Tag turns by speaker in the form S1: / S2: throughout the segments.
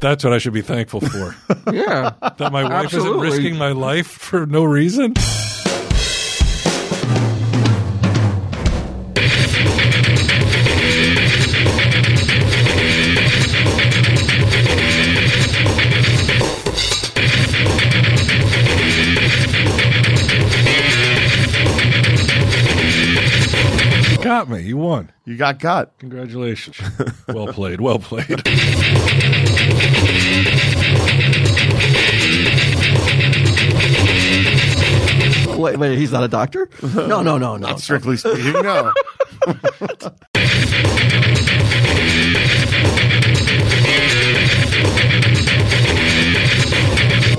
S1: That's what I should be thankful for.
S2: Yeah.
S1: that my wife
S2: Absolutely.
S1: isn't risking my life for no reason. Got me. You won.
S3: You got got.
S1: Congratulations. well played. Well played.
S4: Wait, wait, he's not a doctor? No, no, no, no.
S3: Strictly speaking, no.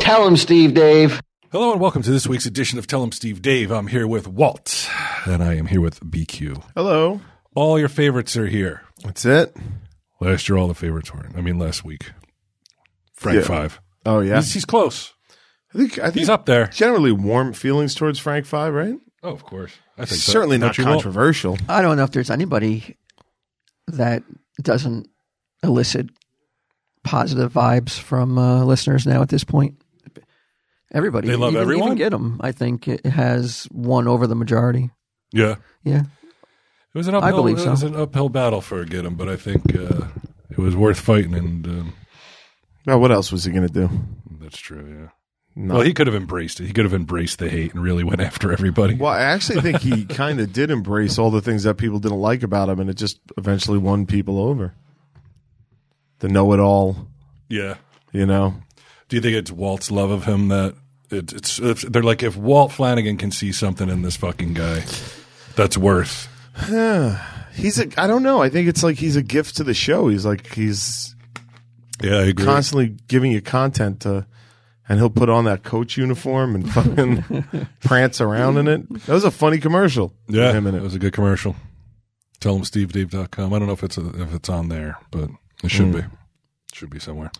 S5: Tell him, Steve Dave.
S1: Hello and welcome to this week's edition of Tell 'em Steve Dave. I'm here with Walt, and I am here with BQ.
S3: Hello.
S1: All your favorites are here.
S3: That's it.
S1: Last year, all the favorites weren't. I mean, last week, Frank
S3: Yeah.
S1: Five.
S3: Oh yeah.
S1: He's, he's close.
S3: I think I
S1: He's
S3: think
S1: up there.
S3: generally warm feelings towards Frank Five, right?
S1: Oh, of course. I think so.
S3: Certainly not
S1: Don't you, Walt?
S3: controversial.
S4: I don't know if there's anybody that doesn't elicit positive vibes from uh, listeners now at this point. Everybody,
S1: They love
S4: even,
S1: everyone?
S4: Even get 'em, I think it has won over the majority.
S1: Yeah, it
S4: Yeah,
S1: was an uphill.
S4: believe so.
S1: It was an uphill battle for get him, but I think uh, it was worth fighting, and um,
S3: Now, what else was he going to do?
S1: that's true. Yeah.
S3: No.
S1: Well, he could have embraced it. He could have embraced the hate and really went after everybody.
S3: Well, I actually think he kind of did embrace all the things that people didn't like about him, and it just eventually won people over. The know-it-all,
S1: Yeah.
S3: you know.
S1: Do you think it's Walt's love of him that it, it's, it's they're like if Walt Flanagan can see something in this fucking guy that's worth
S3: He's a. I don't know. I think it's like he's a gift to the show. He's like he's
S1: yeah I agree
S3: constantly giving you content to, and he'll put on that coach uniform and fucking prance around in it. That was a funny commercial. with
S1: yeah
S3: him in
S1: it
S3: it.
S1: was a good commercial tell him stevedave.com I don't know if it's a, if it's on there but it
S4: Hmm.
S1: should be It should be somewhere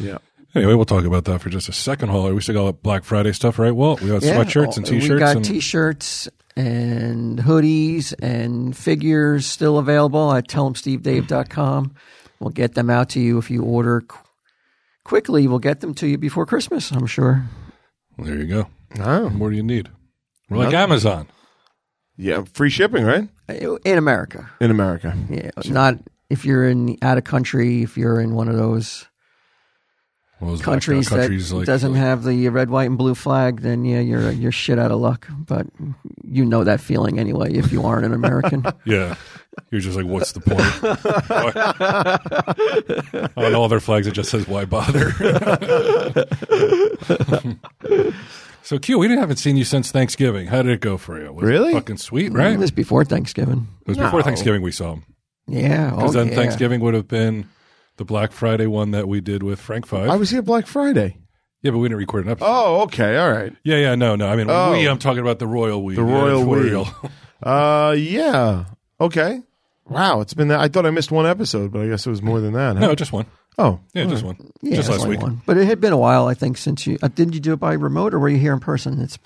S3: Yeah.
S1: anyway we'll talk about that for just a second Hall. we still got all that Black Friday stuff right Walt we got
S4: yeah.
S1: sweatshirts and
S4: Oh,
S1: t-shirts
S4: We got
S1: and
S4: t-shirts and hoodies and figures still available at tellemstevedave.com. We'll get them out to you if you order qu- quickly. We'll get them to you before Christmas. I'm sure.
S1: there you go
S3: Oh.
S1: what more do you need we're like Amazon
S3: Yeah. Free shipping, right?
S4: in America.
S3: In America.
S4: Yeah, not if you're in out of country. If you're in one of those
S1: Well, those
S4: countries,
S1: blackout uh, countries
S4: that
S1: like
S4: doesn't have the red, white, and blue flag, then yeah, you're you're shit out of luck. But you know that feeling anyway. If you aren't an American,
S1: Yeah. You're just like, what's the point? On all their flags, it just says, why bother? so, Q, we haven't seen you since Thanksgiving. How did it go for you? Was it
S3: Really? Mm.
S1: fucking sweet, right?
S4: it
S1: It
S4: was before Thanksgiving.
S1: was before Thanksgiving we saw him.
S4: Yeah, oh,
S1: Because then
S4: yeah.
S1: Thanksgiving would have been the Black Friday one that we did with Frank Five.
S3: I was here Black Friday.
S1: yeah, but we didn't record an episode.
S3: Oh, okay. All right.
S1: Yeah, yeah, no, no. I mean,
S3: Oh.
S1: we, I'm talking about the royal we.
S3: The royal we. Uh, yeah. Okay. Wow, it's been that. I thought I missed one episode, but I guess it was more than that. huh?
S1: no, just one.
S3: Oh,
S1: Yeah, just one.
S4: Yeah,
S1: just
S4: it was
S1: last
S4: only
S1: week.
S4: one. But it had been a while, I think, since you uh, did you do it by remote or were you here in person? It's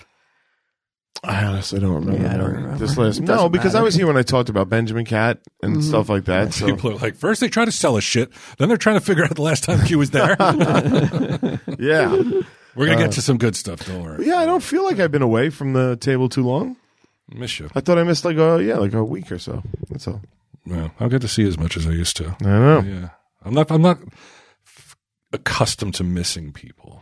S3: I honestly don't remember.
S4: Yeah, I don't remember.
S3: This last
S4: It
S3: no,
S4: doesn't
S3: because I
S4: matter.
S3: was here when I talked about Benjamin Cat and stuff like that. So
S1: People are like, first they try to sell us shit, then they're trying to figure out the last time Q was there.
S3: yeah,
S1: We're gonna get to some good stuff. Don't worry.
S3: Uh, yeah. I don't feel like I've been away from the table too long.
S1: Miss you.
S3: I thought I missed like a yeah, like a week or so. That's all.
S1: Yeah, I'll get to see as much as I used to.
S3: I don't know.
S1: Yeah, I'm not. I'm not f- accustomed to missing people.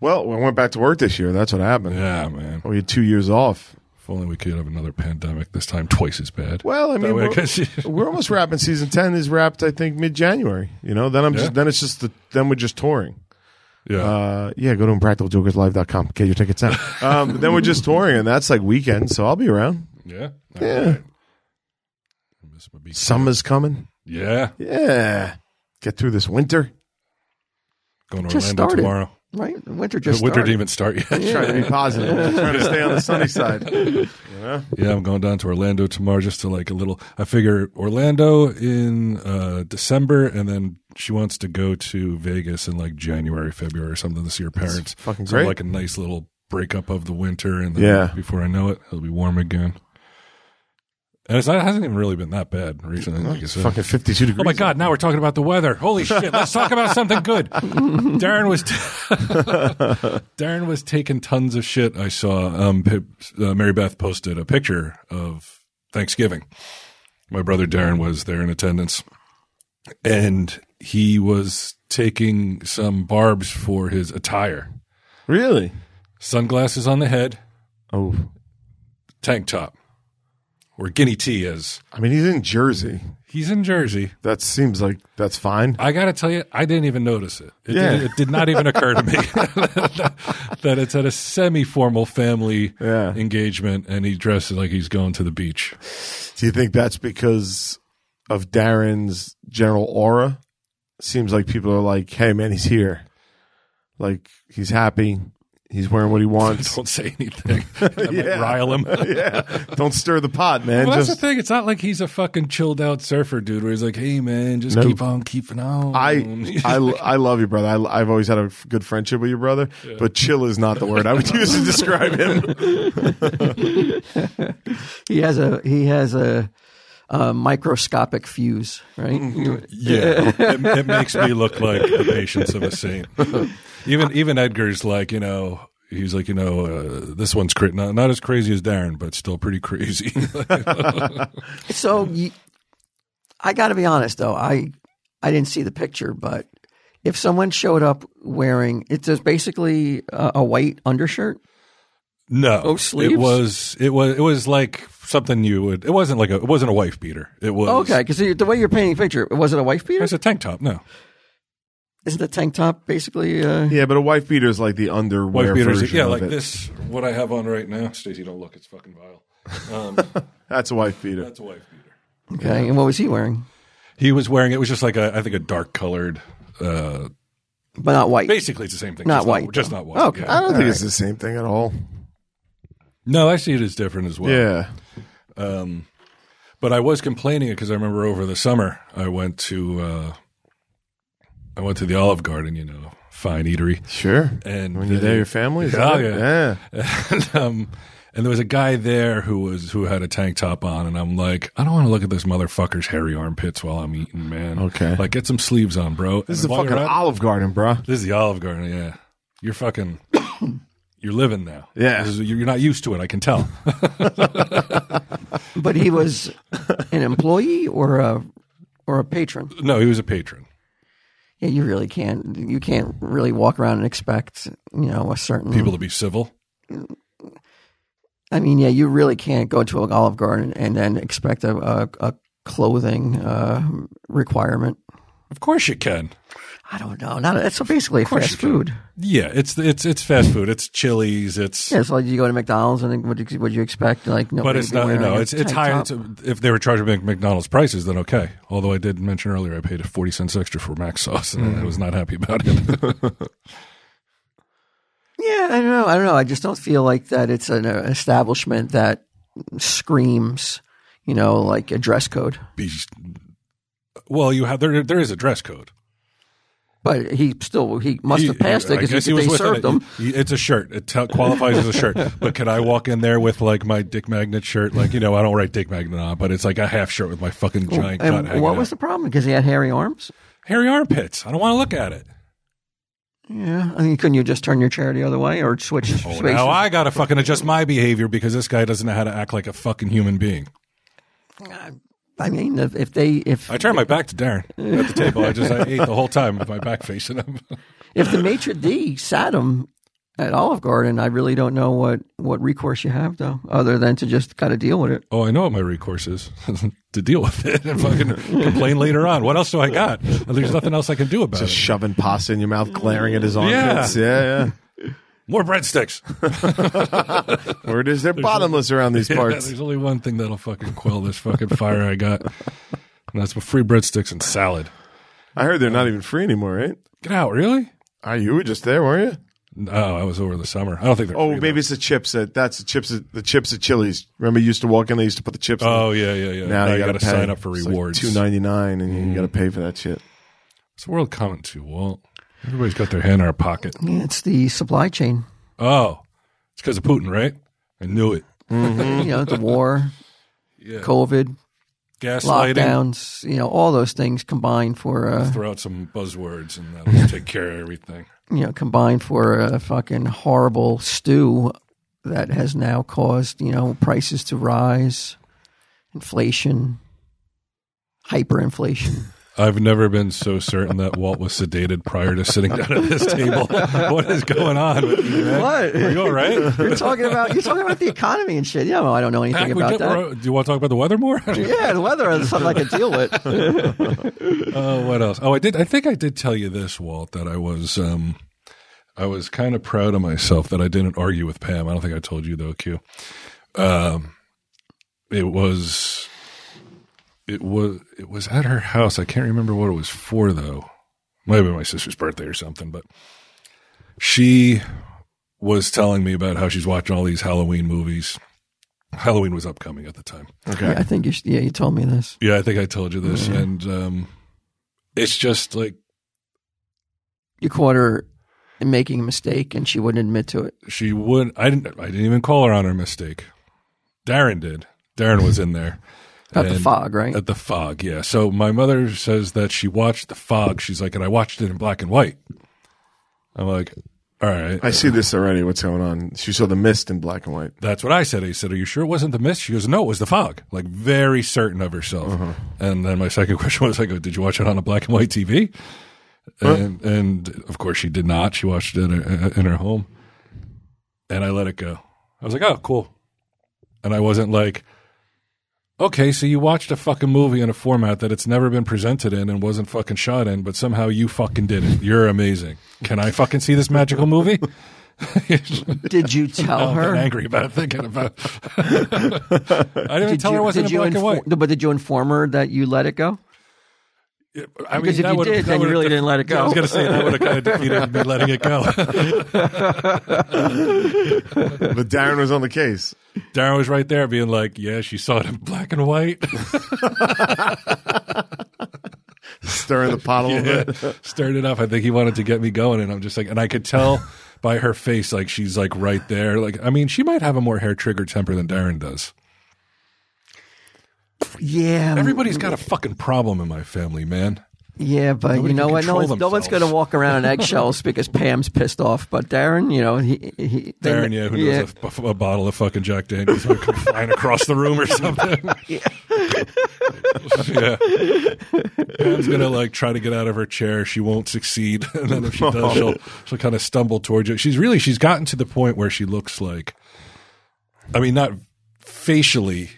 S3: Well, I went back to work this year. That's what happened.
S1: Yeah, man.
S3: We had two years off.
S1: If only we could have another pandemic this time, twice as bad.
S3: Well, uh, I
S1: That
S3: mean,
S1: way I
S3: we're-
S1: could see-
S3: we're almost wrapping season ten. Is wrapped, I think, mid January. You know, then I'm
S1: Yeah.
S3: just then it's just the then we're just touring.
S1: yeah,
S3: Uh, yeah, go to impracticaljokerslive.com. Get your tickets out. Um, but then we're just touring, and that's like weekend, so I'll be around.
S1: yeah,
S3: yeah.
S1: All right. I miss my beak.
S3: Summer's coming.
S1: Yeah,
S3: Yeah. Get through this winter.
S1: going to
S4: Just
S1: Orlando
S4: started.
S1: tomorrow.
S4: right. Winter
S1: The
S4: just
S1: winter
S4: started.
S1: didn't even start yet. Yeah.
S3: Trying to be positive. "Oh, Trying to stay on the sunny side.
S1: I'm going down to Orlando tomorrow just to like a little. I figure Orlando in uh, December, and then she wants to go to Vegas in like January, February, or something to see her parents.
S3: fucking
S1: So,
S3: great.
S1: Like a nice little breakup of the winter, and then
S3: Yeah.
S1: before I know it, it'll be warm again. And it's, it hasn't even really been that bad recently. Like you said.
S3: Fucking 52 degrees.
S1: Oh my God! Now we're talking about the weather. Holy shit! Let's talk about something good. Darren was Darren was taking tons of shit. I saw um, P- uh, Mary Beth posted a picture of Thanksgiving. My brother Darren was there in attendance, and he was taking some barbs for his attire:
S3: Really?
S1: sunglasses on the head,
S3: Oh,
S1: tank top, or guinea tee. As
S3: I mean, he's in Jersey.
S1: he's in Jersey,
S3: That seems like that's fine.
S1: I got to tell you, I didn't even notice it. It,
S3: Yeah.
S1: did, it did not even occur to me that it's at a semi formal family
S3: Yeah.
S1: engagement and he dresses like he's going to the beach.
S3: Do you think that's because of Darren's general aura? Seems like people are like, "Hey, man, he's here. Like he's happy. He's wearing what he wants.
S1: Don't say anything. I might rile him.
S3: yeah, don't stir the pot, man.
S1: Well, that's
S3: Just
S1: the thing. It's not like he's a fucking chilled out surfer dude where he's like, hey, man, just
S3: No.
S1: keep on keeping on.
S3: I, I, I love you, brother. I, I've always had a f- good friendship with your brother, but chill is not the word I would use to describe him.
S4: He has a he has a, a microscopic fuse, right?
S1: Mm-hmm.
S4: You-
S1: yeah. it, it makes me look like the patience of a saint. Even, even Edgar's like, you know, he's like, you know, uh, this one's cra- not, not as crazy as Darren, but still pretty crazy.
S4: So you, I got to be honest though, I I didn't see the picture, but if someone showed up wearing it's just basically uh, a, a white undershirt,
S1: No,
S4: Oh, sleeves?
S1: It was it was it was like something you would. It wasn't like a it wasn't a wife beater. It was
S4: Oh, okay, because the way you're painting the picture, was it a wife beater?
S1: It's a tank top. No,
S4: Isn't the tank top basically? Uh,
S3: Yeah, but a wife beater is like the underwear
S1: wife beaters.
S3: version
S1: Yeah,
S3: of
S1: like
S3: it.
S1: this. What I have on right now, Stacey, don't look. It's fucking vile.
S3: That's a wife beater.
S1: That's a wife beater.
S4: okay, and what was he wearing?
S1: He was wearing it was just like a I think a dark colored. Uh,
S4: But not white.
S1: basically, it's the same thing.
S4: Not
S1: just
S4: white,
S1: Not, just
S4: though.
S1: not white.
S4: Okay.
S1: yeah.
S3: I don't think it's the same thing at all.
S1: No, I see it as different as well.
S3: Yeah.
S1: But I was complaining because I remember over the summer I went to uh, I went to the Olive Garden. You know, fine eatery.
S3: Sure.
S1: And
S3: when you're there,
S1: they-
S3: your family. Is
S1: Yeah,
S3: that it?
S1: yeah. and, um, and there was a guy there who was who had a tank top on, and I'm like, I don't want to look at this motherfucker's hairy armpits while I'm eating, man.
S3: Okay.
S1: like get some sleeves on, bro.
S3: This is the fucking Olive Garden, bro.
S1: This is the Olive Garden. Yeah, you're fucking. You're living now.
S3: Yeah.
S1: This is, you're not used to it. I can tell.
S4: But he was an employee or a or a patron.
S1: no, he was a patron.
S4: Yeah, you really can't. You can't really walk around and expect you know a certain
S1: People to be civil.
S4: I mean, yeah, you really can't go to an Olive Garden and then expect a, a, a clothing uh, requirement.
S1: Of course you can.
S4: I don't know. Not that's so basically fast food.
S1: Yeah, it's it's it's fast food. It's Chili's. It's
S4: Yeah, so like you go to McDonald's and then what you, what you expect? Like no,
S1: But it's not. No, it's it's high. It's, if they were charging Mc- McDonald's prices, then okay. Although I did mention earlier, I paid forty cents extra for mac sauce, and I was not happy about it.
S4: yeah, I don't know. I don't know. I just don't feel like that. It's an uh, establishment that screams, you know, like a dress code.
S1: Be- well, you have there. There is a dress code.
S4: But he still he must have passed it
S1: I
S4: because
S1: guess he
S4: they
S1: was within
S4: served
S1: it.
S4: him.
S1: He- It's a shirt. It te- qualifies as a shirt. But can I walk in there with like my Dick Magnet shirt? Like you know, I don't write Dick Magnet on, but it's like a half shirt with my fucking giant. gut
S4: And
S1: hanging
S4: what was
S1: out.
S4: the problem? Because he had hairy arms.
S1: hairy armpits? I don't want to look at it.
S4: Yeah, I mean, couldn't you just turn your chair the other way or switch
S1: Oh,
S4: spaces?
S1: now I gotta fucking adjust my behavior because this guy doesn't know how to act like a fucking human being.
S4: I mean, if, if they if
S1: I turned my back to Darren at the table. I just I ate the whole time with my back facing him.
S4: if the maitre d sat him at Olive Garden, I really don't know what what recourse you have though, other than to just kind of deal with it.
S1: Oh, I know what my recourse is to deal with it and fucking complain later on. What else do I got? There's nothing else I can do about
S3: Just
S1: it.
S3: shoving pasta in your mouth, glaring at his armpits. Yeah, yeah.
S1: More breadsticks.
S3: Where it is, they're bottomless around these parts.
S1: There's only one thing that'll fucking quell this fucking fire I got, and that's free breadsticks and salad.
S3: I heard they're not even free anymore, right?
S1: Get out, really?
S3: Ah, you were just there, weren't you?
S1: No, I was over the summer. I don't think they're.
S3: Oh,
S1: free,
S3: maybe it's the chips. At, that's the chips. At, the chips at Chili's. Remember, you used to walk in. They used to put the chips.
S1: though. Oh yeah, yeah, yeah.
S3: in. now, you
S1: got to
S3: gotta pay.
S1: sign up for
S3: It's
S1: rewards.
S3: Like Two ninety nine, and you got to pay for that shit.
S1: What's the world coming to, Walt? Everybody's got their hand in our pocket.
S4: Yeah, It's the supply chain,
S1: Oh, it's because of Putin, right? I knew it.
S4: you know, the war.
S1: Yeah.
S4: COVID,
S1: Gaslighting.
S4: lockdowns, you know, all those things combined for uh,
S1: Throw out some buzzwords and that'll take care of everything.
S4: you know, combined for a fucking horrible stew that has now caused, you know, prices to rise, inflation, hyperinflation.
S1: I've never been so certain that Walt was sedated prior to sitting down at this table. What is going on? With you, man?
S4: What?
S1: Are you all right?
S4: you're talking about you're talking about the economy and shit. Yeah, well, I don't know anything
S1: Heck, we
S4: about
S1: get-
S4: that.
S1: we're- do you want to talk about the weather more?
S4: Yeah, the weather is something I could deal with.
S1: Oh, what else? Oh, I did. I think I did tell you this, Walt, that I was, um, I was kind of proud of myself that I didn't argue with Pam. I don't think I told you though, Q. Um, it was, it was, it was at her house. I can't remember what it was for though. Might have been my sister's birthday or something, but she was telling me about how she's watching all these Halloween movies. Halloween was upcoming at the time.
S3: Okay.
S4: Yeah, I think you. Should, yeah, you told me this.
S1: Yeah, I think I told you this, and um, it's just like
S4: You caught her making a mistake, and she wouldn't admit to it.
S1: she would. I didn't. I didn't even call her on her mistake. Darren did. Darren was in there
S4: About the
S1: And-
S4: fog, right?
S1: at the fog. Yeah. So my mother says that she watched the fog. She's like, and I watched it in black and white. I'm like, all right.
S3: I see this already. What's going on? She saw the mist in black and white.
S1: That's what I said. I said, "Are you sure it wasn't the mist?" She goes, "No, it was the fog." Like very certain of herself. And then my second question was, "I go, did you watch it on a black and white TV?" And, and of course, she did not. She watched it in her, in her home. And I let it go. I was like, "Oh, cool." And I wasn't like, "Okay, so you watched a fucking movie in a format that it's never been presented in and wasn't fucking shot in, but somehow you fucking did it. You're amazing. Can I fucking see this magical movie?"
S4: Did you tell
S1: Oh, I'm
S4: her?
S1: angry about thinking about. I didn't
S4: Did
S1: tell
S4: you,
S1: her it wasn't in
S4: did you
S1: black and
S4: infor-
S1: white.
S4: But did you inform her that you let it go?
S1: I mean,
S4: Because if
S1: that
S4: you
S1: would've-
S4: did,
S1: that
S4: then you
S1: would've
S4: really didn't let it
S1: Yeah, I
S4: go.
S1: was going to say that would have kind of defeated me letting it go.
S3: But Darren was on the case.
S1: Darren was right there, being like, "Yeah, she saw it in black and white,
S3: Stirring the pot a little bit.
S1: stirred it up." I think he wanted to get me going, and I'm just like, and I could tell by her face, like she's like right there. Like, I mean, she might have a more hair trigger temper than Darren does.
S4: Yeah,
S1: Everybody's got a fucking problem in my family, man.
S4: yeah, but
S1: Nobody
S4: you know
S1: can
S4: what? No
S1: control
S4: one's, no one's going
S1: themselves.
S4: to walk around in eggshells because Pam's pissed off. But Darren, you know, he, he they-
S1: Darren, yeah, who knows if a, a bottle of fucking Jack Daniels would come flying across the room or something. yeah. Pam's gonna like try to get out of her chair. She won't succeed, and then if she does, she'll she'll kind of stumble towards you. She's really she's gotten to the point where she looks like, I mean, not facially,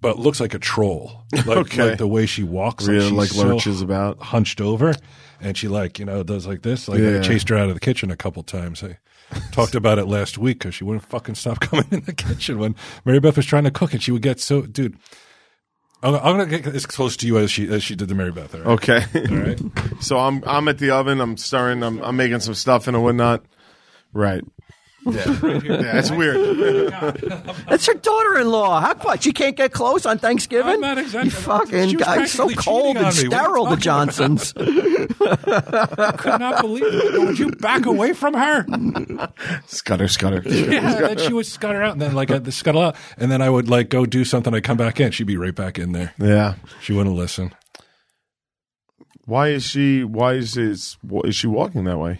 S1: but looks like a troll. Like,
S3: Okay.
S1: like the way she walks,
S3: Rhea
S1: she's
S3: like
S1: so
S3: lurches about.
S1: hunched over and she like you know does like this like
S3: Yeah.
S1: i chased her out of the kitchen a couple times i talked about it last week because she wouldn't fucking stop coming in the kitchen when mary beth was trying to cook and she would get so dude i'm, I'm gonna get as close to you as she as she did to mary beth all right?
S3: Okay.
S1: all right
S3: So I'm I'm at the oven. I'm stirring. I'm I'm making some stuff and whatnot. Right. Yeah. That's weird.
S4: That's her daughter-in-law. How what? She can't get close on Thanksgiving.
S1: I'm not exactly-
S4: You fucking
S1: She was
S4: guy, so
S1: practically
S4: cold
S1: cheating on
S4: and
S1: me. What are you
S4: sterile. The
S1: talking
S4: Johnsons.
S1: could not believe it would you back away from her
S3: Scutter, scutter.
S1: yeah then she would scutter out and then like i'd scuttle out and then i would like go do something i'd come back in she'd be right back in there
S3: Yeah.
S1: she wouldn't listen
S3: Why is she? Why is this? wh- Is she walking that way?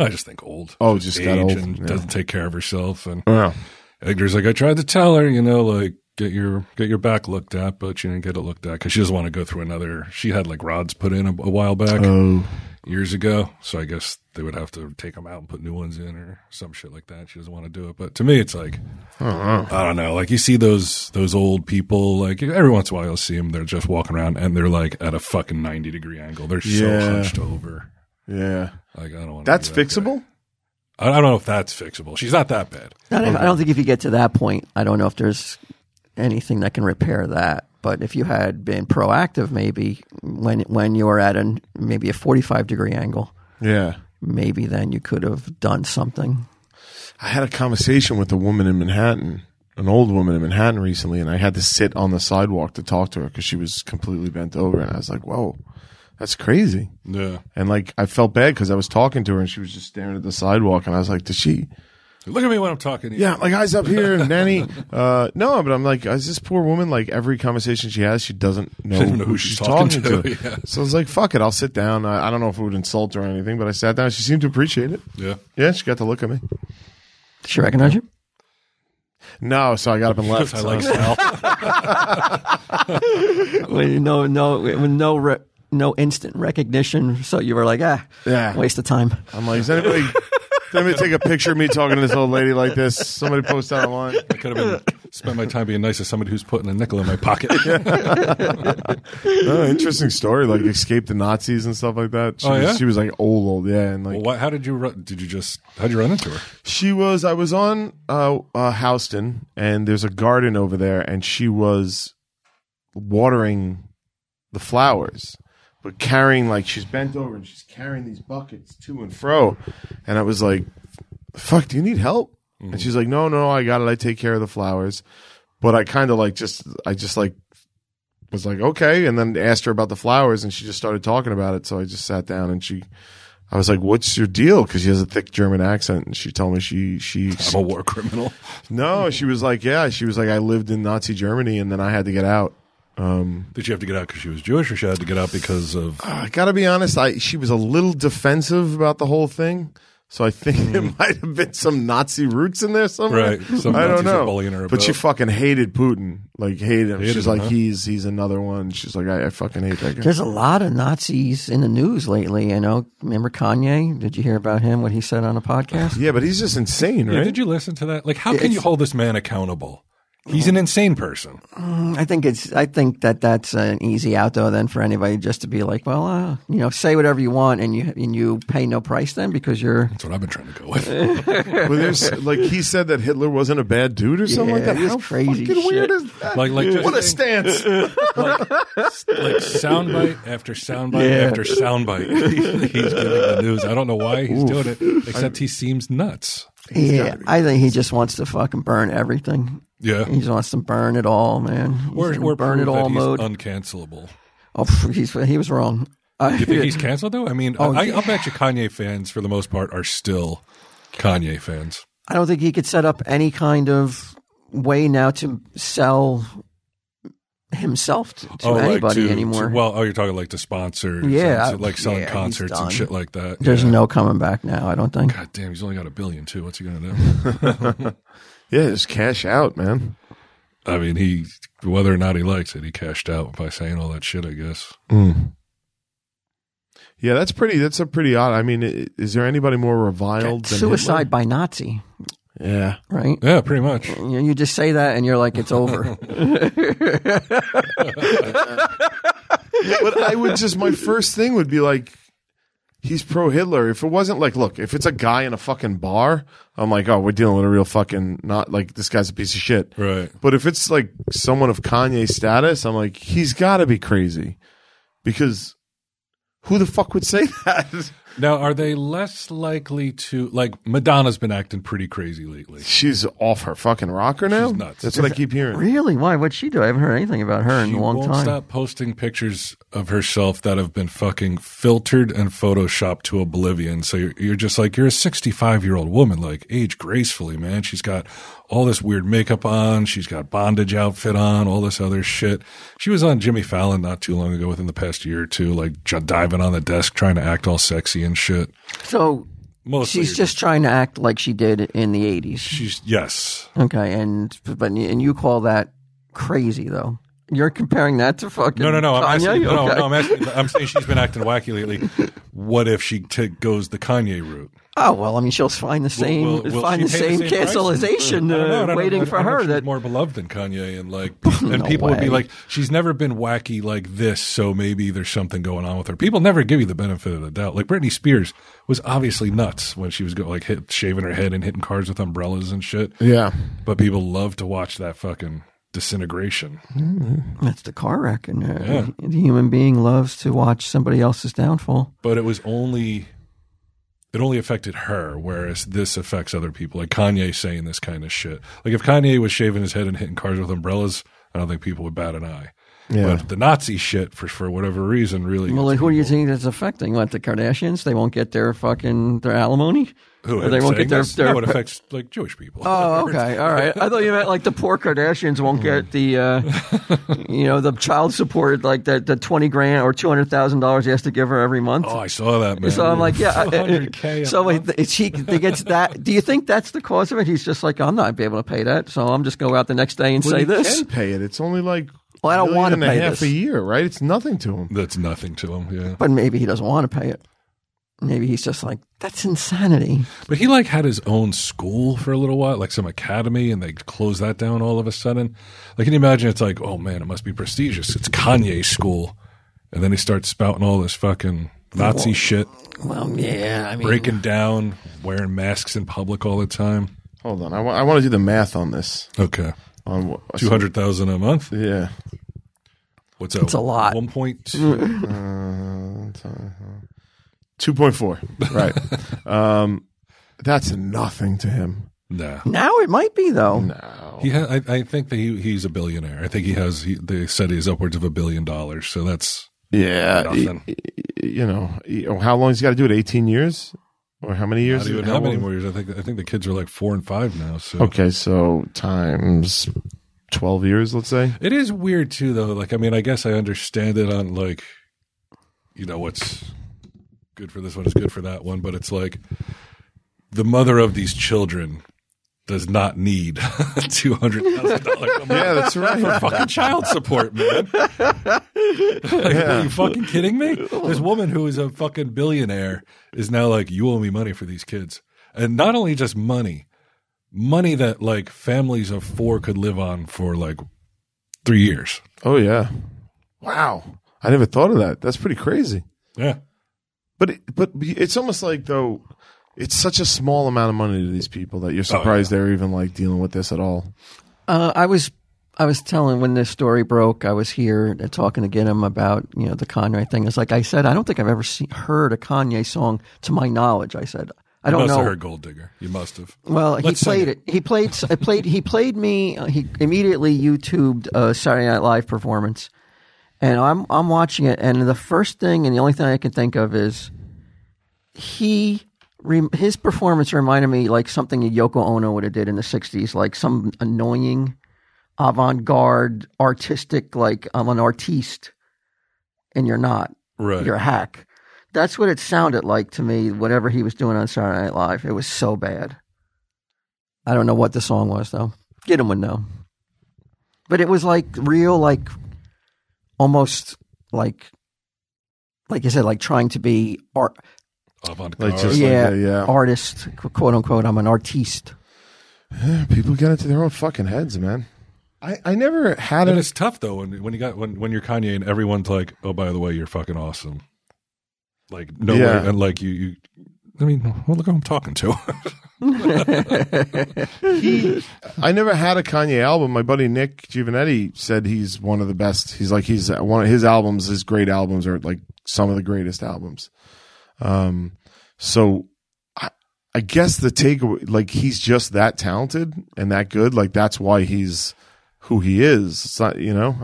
S1: i just think old
S3: Oh, just got
S1: age
S3: old.
S1: and
S3: Yeah.
S1: doesn't take care of herself and
S3: Oh.
S1: Edgar's like, I tried to tell her, you know, like get your get your back looked at, but she didn't get it looked at because she doesn't want to go through another. She had like rods put in a, a while back,
S3: Oh.
S1: years ago, so I guess they would have to take them out and put new ones in or some shit like that. She doesn't want to do it, but to me, it's like
S3: Oh,
S1: I don't know. Like you see those those old people, like every once in a while you'll see them. They're just walking around and they're like at a fucking ninety degree angle. They're so
S3: Yeah.
S1: hunched over.
S3: Yeah.
S1: Like I don't want.
S3: That's
S1: to be that guy.
S3: fixable.
S1: I I don't know if that's fixable. She's not that bad.
S4: Not if- I don't think if you get to that point, I don't know if there's anything that can repair that. But if you had been proactive, maybe when when you were at an maybe a forty five degree angle,
S3: Yeah.
S4: maybe then you could have done something.
S3: I had a conversation with a woman in Manhattan, an old woman in Manhattan recently, and I had to sit on the sidewalk to talk to her because she was completely bent over, and I was like, "Whoa, that's crazy."
S1: Yeah.
S3: And like, I felt bad because I was talking to her and she was just staring at the sidewalk, and I was like, "Did she?
S1: Look at me when I'm talking. to you.
S3: Yeah, like eyes up here, nanny. Uh, no, but I'm like, is this poor woman like every conversation she has, she doesn't know,
S1: doesn't know
S3: who she's, talking, to.
S1: yeah.
S3: So I was like, fuck it, I'll sit down. I, I don't know if it would insult her or anything, but I sat down. She seemed to appreciate it.
S1: Yeah.
S3: Yeah, she got to look at me.
S4: Did she recognize you?
S3: No, so I got up and left.
S1: I
S3: So-
S1: like Sal.
S4: With no, no, with no, re- no instant recognition. So you were like, ah,
S3: Yeah.
S4: waste of time.
S3: I'm like, is anybody? Does anybody take a picture of me talking to this old lady like this? Somebody post that online.
S1: I could have been spent my time being nice to somebody who's putting a nickel in my pocket.
S3: No, Uh, interesting story. Like escaped the Nazis and stuff like that. She,
S1: Oh,
S3: was,
S1: yeah?
S3: she was like old, old, yeah, and like
S1: Well, why, how did you run? Did you just how'd you run into her?
S3: She was. I was on uh, uh, Houston, and there's a garden over there, and she was watering the flowers, but carrying like she's bent over and she's carrying these buckets to and fro, and I was like, "Fuck, do you need help?" And she's like, "No, no, I got it. I take care of the flowers." But I kind of like just, I just like was like, "Okay," and then asked her about the flowers, and she just started talking about it. So I just sat down, and she I was like, "What's your deal?" Because she has a thick German accent, and she told me she she
S1: I'm a war criminal.
S3: no, she was like, "Yeah," she was like, "I lived in Nazi Germany, and then I had to get out." Um,
S1: Did she have to get out because she was Jewish, or she had to get out because of?
S3: I gotta be honest, I she was a little defensive about the whole thing, so I think there might have been some Nazi roots in there somewhere.
S1: Hmm. Right, some
S3: I don't
S1: Nazis are
S3: know,
S1: bullying her
S3: but she
S1: about-
S3: fucking hated Putin, like hated him.
S1: Hated
S3: She's
S1: him,
S3: like,
S1: huh?
S3: "He's he's another one." She's like, "I, I fucking hate that guy."
S4: There's a lot of Nazis in the news lately. You know, remember Kanye? Did you hear about him? What he said on a podcast?
S3: yeah, but he's just insane, right?
S1: Yeah, did you listen to that? Like, how can you
S4: It's-
S1: hold this man accountable? He's an insane person.
S4: Mm, I think it's. I think that that's an easy out though. Then for anybody just to be like, well, uh, you know, say whatever you want, and you and you pay no price then because you're.
S1: That's what I've been trying to go with.
S3: Well, there's like he said that Hitler wasn't a bad dude or something like
S4: Yeah,
S3: that.
S4: it was
S3: How
S4: crazy
S3: fucking weird
S4: shit.
S3: is that?
S1: Like, like just
S3: what a
S1: saying-
S3: stance!
S1: like, like soundbite after soundbite
S4: Yeah.
S1: after soundbite. he's giving the news. I don't know why he's doing it, except he seems nuts.
S4: yeah, I think he just wants to fucking burn everything. He
S1: Yeah.
S4: just wants to burn it all, man. He's
S1: Or,
S4: in
S1: or
S4: burn
S1: prove
S4: it
S1: that
S4: all
S1: he's
S4: mode.
S1: uncancelable.
S4: oh, pff, he's, he was wrong. I,
S1: You think he's canceled, though? I mean,
S4: Oh,
S1: I, I'll bet you Kanye fans, for the most part, are still Kanye fans.
S4: I don't think he could set up any kind of way now to sell himself to, to
S1: Oh, like
S4: anybody
S1: to-
S4: anymore.
S1: to- well, oh, you're talking like the sponsors.
S4: Yeah,
S1: and, like selling
S4: yeah, he's
S1: concerts
S4: done.
S1: and shit like that.
S4: There's
S1: Yeah.
S4: no coming back now. I don't think.
S1: God damn, he's only got a billion, too. What's he going to do?
S3: Yeah, just cash out, man.
S1: I mean, he, whether or not he likes it, he cashed out by saying all that shit, I guess.
S3: Yeah, that's pretty. That's a pretty odd. I mean, i- is there anybody more reviled? Than
S4: Suicide by Nazi,
S3: Hitler? Yeah,
S4: right?
S1: Yeah, pretty much.
S4: You, know, you just say that and you're like, it's over.
S3: but I would just my first thing would be like, he's pro Hitler. If it wasn't like, look, if it's a guy in a fucking bar, I'm like, oh, we're dealing with a real fucking not like this guy's a piece of shit.
S1: Right.
S3: But if it's like someone of Kanye's status, I'm like, he's got to be crazy because who the fuck would say that?
S1: Now, are they less likely to like Madonna's been acting pretty crazy lately?
S3: She's off her fucking rocker now.
S1: She's nuts.
S3: That's what I keep hearing.
S4: really? Why? What'd she do? I haven't heard anything about her in
S1: She
S4: a long
S1: won't
S4: time.
S1: stop posting pictures of herself that have been fucking filtered and photoshopped to oblivion. So you're, you're just like you're a 65 year old woman, like age gracefully, man. She's got all this weird makeup on. She's got bondage outfit on. All this other shit. She was on Jimmy Fallon not too long ago, within the past year or two, like j- diving on the desk trying to act all sexy and shit.
S4: So
S1: Mostly,
S4: she's just trying to act like she did in the '80s.
S1: she's yes.
S4: Okay, and but and you call that crazy though? You're comparing that to fucking
S1: No, no, no. I'm
S4: Kanye?
S1: asking, no,
S4: Okay.
S1: no, I'm asking. I'm saying she's been acting wacky lately. What if she t- goes the Kanye route?
S4: Oh well, I mean, she'll find the same
S1: Will- will
S4: find
S1: she
S4: the
S1: pay
S4: same,
S1: price?
S4: cancelization
S1: I don't know. I
S4: uh,
S1: don't know. I
S4: waiting
S1: don't
S4: for
S1: know if
S4: her.
S1: she's
S4: That
S1: more beloved than Kanye, and like, and
S4: No
S1: people would be
S4: way.
S1: like, she's never been wacky like this, so maybe there's something going on with her. People never give you the benefit of the doubt. Like Britney Spears was obviously nuts when she was go, like hit, shaving her head and hitting cars with umbrellas and shit,
S3: Yeah.
S1: but people love to watch that fucking disintegration.
S4: that's the car wreck, and uh, the human being loves to watch somebody else's downfall.
S1: but it was only it only affected her whereas this affects other people like kanye saying this kind of shit like if kanye was shaving his head and hitting cars with umbrellas i don't think people would bat an eye
S3: Yeah.
S1: But the Nazi shit, for for whatever reason, really.
S4: Well,
S1: gets
S4: who do you
S1: people.
S4: think that's affecting? What the Kardashians? They won't get their fucking their alimony.
S1: Who
S4: Or they won't get their,
S1: No,
S4: their
S1: it affects like Jewish people.
S4: Oh, okay, all right. I thought you meant like the poor Kardashians won't get the, uh, you know, the child support like the the twenty grand or two hundred thousand dollars he has to give her every month.
S1: Oh, I saw that man.
S4: so I'm like, yeah. I,
S1: 400K a
S4: so wait,
S1: month.
S4: is he gets that? Do you think that's the cause of it? He's just like, I'm not be able to pay that, so I'm just go out the next day and say
S3: you
S4: this.
S3: can pay it. It's only like
S4: Well, I don't
S3: million
S4: wanna
S3: and a
S4: pay
S3: half
S4: this.
S3: a year, right? It's nothing to him.
S1: that's nothing to him. Yeah,
S4: But maybe he doesn't want to pay it. Maybe he's just like, that's insanity.
S1: but he like had his own school for a little while, like some academy, and they closed that down all of a sudden. Like, can you imagine? It's like, oh man, it must be prestigious. It's Kanye school, and then he starts spouting all this fucking Nazi shit,
S4: Well, yeah, I mean,
S1: breaking down, wearing masks in public all the time.
S3: Hold on, I want to do the math on this.
S1: Okay,
S3: On what-
S1: two hundred thousand a month.
S3: Yeah.
S1: What's that? It's
S4: a lot.
S1: One point two.
S3: Two point four. Right. um, that's nothing to him.
S1: nah.
S4: now it might be though.
S1: He ha- I, I think that he, he's a billionaire. I think he has. He, they said he's upwards of a billion dollars. So that's
S3: Yeah. Uh, he-
S1: Nothing.
S3: he- you know, he- oh, how long has he got to do it? Eighteen years, or how many years?
S1: not even
S3: How
S1: how many
S3: long-
S1: more years? I think. I think the kids are like four and five now. So
S3: Okay, so times twelve years, let's say.
S1: it is weird too, though. Like, I mean, I guess I understand it on like, you know, what's good for this one is good for that one, but it's like the mother of these children does not need two hundred thousand dollars.
S3: Yeah, that's right.
S1: fucking child support, man. Like, Are you fucking kidding me? This woman who is a fucking billionaire is now like, you owe me money for these kids. And not only just money, money that like families of four could live on for like three years.
S3: oh yeah. Wow, I never thought of that. That's pretty crazy.
S1: Yeah.
S3: But it, but it's almost like though, it's such a small amount of money to these people that you're
S1: Oh,
S3: surprised they're even like dealing with this at all.
S4: Uh, I was I was telling when this story broke, I was here uh, talking to Ginnam about you know the Kanye thing. It's like I said, I don't think I've ever see, heard a Kanye song to my knowledge. I said I
S1: You
S4: don't
S1: must
S4: know.
S1: have heard Gold Digger. You must have.
S4: Well, he
S1: Let's sing
S4: played it. He played. I played. He played me. uh, He immediately YouTubed a Saturday Night Live performance, and I'm I'm watching it. And the first thing and the only thing I can think of is he rem- his performance reminded me like something that Yoko Ono would have did in the '60s, like some annoying avant-garde artistic, like I'm an artiste, and you're not
S1: Right.
S4: you're a hack. That's what it sounded like to me, whatever he was doing on Saturday Night Live. It was so bad. I don't know what the song was, though. Get him would know. But it was like real, like almost like, like you said, like trying to be art,
S1: Avant-garde.
S3: Like just
S4: Yeah.
S3: like that, yeah.
S4: artist, qu- quote unquote. I'm an artiste.
S3: People get into their own fucking heads, man. I, I never had
S1: and
S3: an
S1: it's tough though when when you got when when you're Kanye and everyone's like, oh by the way, you're fucking awesome. Like no,
S3: Yeah.
S1: way, and like you you. I mean, well, look who I'm talking to.
S3: I never had a Kanye album. My buddy Nick Giovanetti said he's one of the best. He's like he's uh, one of his albums, his great albums are like some of the greatest albums. Um, so I, I guess the takeaway, like he's just that talented and that good. Like that's why he's who he is. It's not, you know,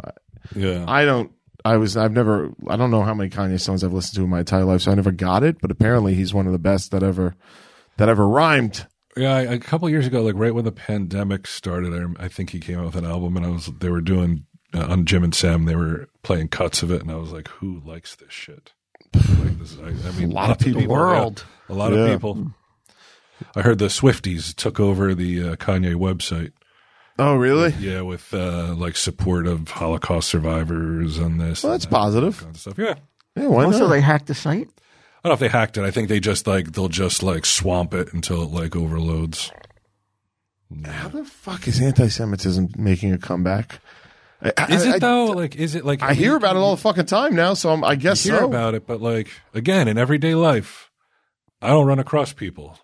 S1: yeah,
S3: I don't. I was. I've never. I don't know how many Kanye songs I've listened to in my entire life, so I never got it. But apparently, he's one of the best that ever that ever rhymed.
S1: Yeah, I- a couple years ago, like right when the pandemic started, I, rem- I think he came out with an album, and I was they were doing uh, on Jim and Sam, they were playing cuts of it, and I was like, who likes this shit? Like this, I, I mean, a
S3: lot of people.
S4: World.
S1: a lot
S3: Yeah.
S1: of people. I heard the Swifties took over the uh, Kanye website.
S3: Oh, really?
S1: Yeah, with uh, like support of Holocaust survivors and this.
S3: Well,
S1: and
S3: that's
S1: that
S3: positive.
S1: kind of stuff. Yeah.
S3: Yeah, why
S4: Also,
S3: not?
S4: they hacked the site.
S1: I don't know if they hacked it. I think they just like they'll just like swamp it until it like overloads.
S3: How the fuck is anti-Semitism making a comeback? I, I-
S1: Is
S3: I,
S1: it though? Like, is it like
S3: I hear about it all the fucking time now, so I'm, I guess
S1: hear
S3: so.
S1: about it, but like again, in everyday life, I don't run across people.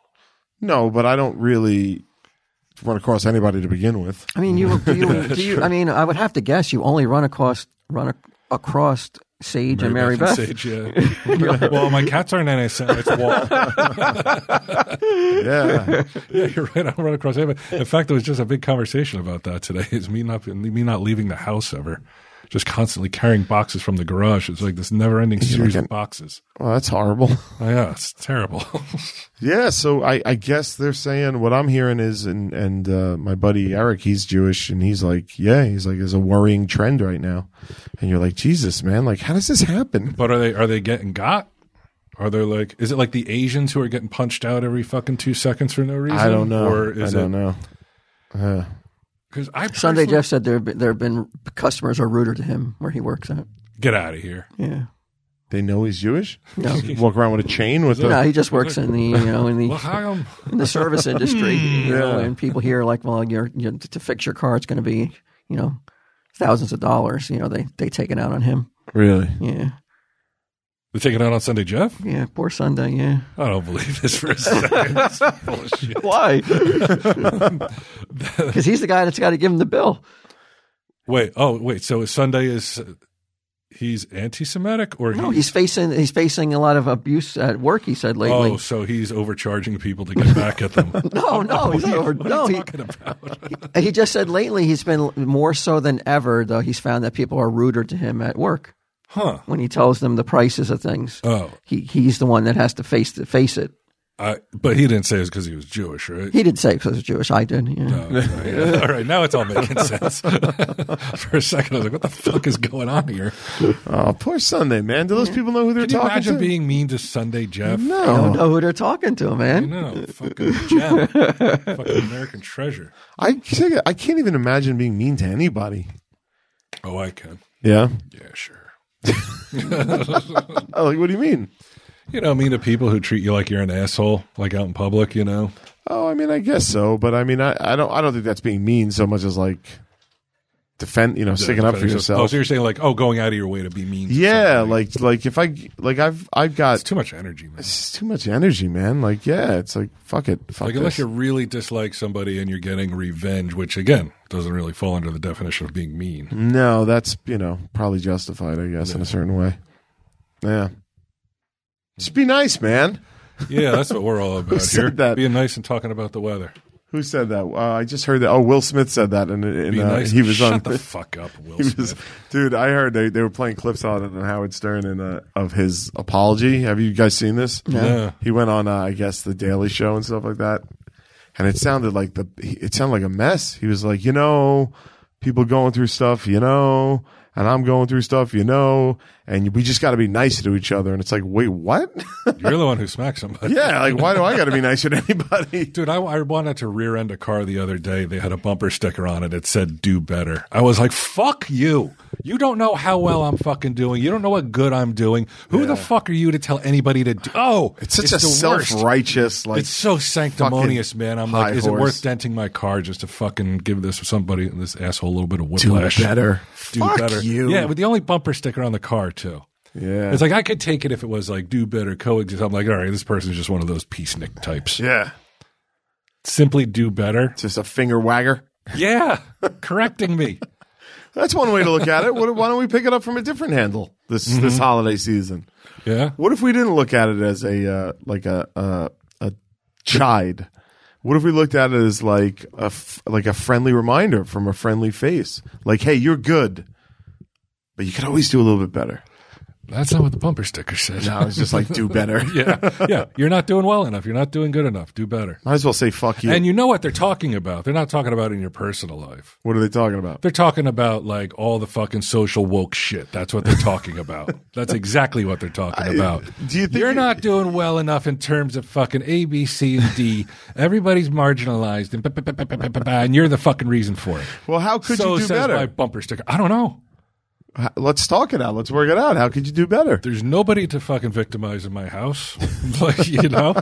S3: no, but I don't really run across anybody to begin with.
S4: I mean, you, do you, do you I mean, I would have to guess you only run across, run ac- across Sage and Mary Beth.
S1: and Sage, yeah. well, my cats aren't anti-Semites. Well,
S3: Yeah,
S1: yeah, you're right. I don't run across anybody. In fact, there was just a big conversation about that today. Is me not me not leaving the house ever. just constantly carrying boxes from the garage. It's like this never-ending series
S3: like
S1: of
S3: an-
S1: boxes.
S3: Well, that's horrible.
S1: Oh, yeah, it's terrible.
S3: Yeah, so I, I guess they're saying what I'm hearing is, and and uh, my buddy Eric, he's Jewish, and he's like, yeah, he's like, is a worrying trend right now, and you're like, Jesus, man, like, how does this happen?
S1: but are they are they getting got? Are they like? Is it like the Asians who are getting punched out every fucking two seconds for no reason?
S3: I don't know.
S1: Or
S3: I
S1: is
S3: don't
S1: it
S3: know. Uh,
S1: because I
S4: Sunday
S1: personally-
S4: Jeff said there have been, there have been customers are ruder to him where he works at.
S1: get out of here.
S4: Yeah.
S3: they know he's Jewish.
S4: No.
S3: Just walk around with a chain with
S4: No,
S3: the
S4: he just works in the you know in
S1: Well,
S4: the
S1: hi, um,
S4: in the service industry,
S1: Hmm.
S4: you know,
S3: Yeah.
S4: and people here are like, well, you're, you to fix your car, it's going to be you know thousands of dollars. You know, they they take it out on him.
S3: really.
S4: Yeah,
S1: They're taking it out on Sunday, Jeff.
S4: yeah. Poor Sunday. Yeah.
S1: I don't believe this for a second. It's bullshit.
S4: Why? Because he's the guy that's got to give him the bill.
S1: Wait, oh wait. So Sunday is uh, he's anti-Semitic or
S4: No,
S1: he-
S4: he's facing he's facing a lot of abuse at work. He said lately.
S1: oh, so he's overcharging people to get back at them.
S4: No, no, he's not over.
S1: What
S4: No,
S1: are you
S4: he,
S1: talking about?
S4: he just said lately he's been more so than ever though. He's found that people are ruder to him at work
S1: Huh?
S4: when he tells them the prices of things.
S1: Oh,
S4: he he's the one that has to face the, face it.
S1: I, but he didn't say it's because he was Jewish, right?
S4: He didn't say because it's Jewish. I did. Yeah.
S1: Oh, okay. Yeah. All right, now it's all making sense. For a second, I was like, "What the fuck is going on here?"
S3: Oh, poor Sunday, man. Do those people know who they're
S1: Can you
S3: talking
S1: imagine
S3: to?
S1: being mean to Sunday Jeff?
S4: I
S3: no,
S4: don't know who they're talking to, man.
S1: No, fucking gem, fucking American treasure.
S3: I can't- I can't even imagine being mean to anybody.
S1: Oh, I can.
S3: Yeah.
S1: Yeah, sure.
S3: Oh, like, what do you mean?
S1: You know, mean to people who treat you like you're an asshole, like out in public. You know,
S3: Oh, I mean, I guess so, but I mean, I, I don't, I don't think that's being mean so much as like defend, you know, sticking up for
S1: Oh,
S3: yourself.
S1: so you're saying like, oh, going out of your way to be mean? to
S3: yeah,
S1: somebody.
S3: like, like if I, like I've, I've got
S1: it's too much energy, man.
S3: it's just too much energy, man. Like, yeah, it's like fuck it, fuck
S1: Like
S3: this.
S1: unless you really dislike somebody and you're getting revenge, which again doesn't really fall under the definition of being mean.
S3: No, that's you know probably justified, I guess, in a certain way. Yeah, just be nice, man.
S1: Yeah, that's what we're all about
S3: said
S1: here.
S3: that?
S1: Being nice and talking about the weather.
S3: Who said that? Uh, I just heard that. Oh, Will Smith said that, and, and
S1: Be
S3: uh,
S1: nice.
S3: he was
S1: Shut
S3: on.
S1: the fuck up, Will
S3: He was,
S1: Smith.
S3: dude, I heard they, they were playing clips on it on Howard Stern and uh, of his apology. Have you guys seen this?
S1: Yeah.
S3: He went on, uh, I guess, the Daily Show and stuff like that, and it sounded like the it sounded like a mess. He was like, you know, people going through stuff, you know, and I'm going through stuff, you know, and we just got to be nice to each other. And it's like, wait, what?
S1: You're the one who smacked somebody.
S3: yeah, like why do I got to be nice to anybody?
S1: Dude, I, I wanted to rear end a car the other day. They had a bumper sticker on it that said, do better. I was like, fuck you. You don't know how well I'm fucking doing. You don't know what good I'm doing. Who the fuck are you to tell anybody to do? Oh,
S3: It's such a
S1: the worst.
S3: self righteous, like
S1: It's so sanctimonious, man. I'm
S3: high
S1: like, is it
S3: horse.
S1: worth denting my car just to fucking give this somebody, this asshole, a little bit of whiplash?
S3: better.
S1: Do
S3: Fuck
S1: better.
S3: you.
S1: Yeah, with the only bumper sticker on the car, too.
S3: yeah,
S1: It's like I could take it if it was like do better, coexist. I'm like, all right, this person's just one of those peace nick types.
S3: yeah,
S1: Simply do better.
S3: just a finger wagger.
S1: Yeah, correcting me.
S3: That's one way to look at it. What, why don't we pick it up from a different handle this
S1: Mm-hmm.
S3: this holiday season?
S1: Yeah,
S3: What if we didn't look at it as a uh, like a, a a chide? What if we looked at it as like a f- like a friendly reminder from a friendly face? Like, hey, you're good, but you can always do a little bit better.
S1: that's not what the bumper sticker says.
S3: I was just like, do better.
S1: yeah, yeah. You're not doing well enough. You're not doing good enough. Do better.
S3: Might as well say fuck you.
S1: And you know what they're talking about. They're not talking about in your personal life.
S3: what are they talking about?
S1: They're talking about like all the fucking social woke shit. That's what they're talking about. That's exactly what they're talking about.
S3: do you think-
S1: you're not doing well enough in terms of fucking A, B, C, and D? Everybody's marginalized, and, ba- ba- ba- ba- ba- ba- ba- ba- and you're the fucking reason for it.
S3: Well, how could
S1: so
S3: you do
S1: says
S3: better?
S1: my bumper sticker. I don't know.
S3: H- Let's talk it out. Let's work it out. How could you do better?
S1: There's nobody to fucking victimize in my house. like, you know,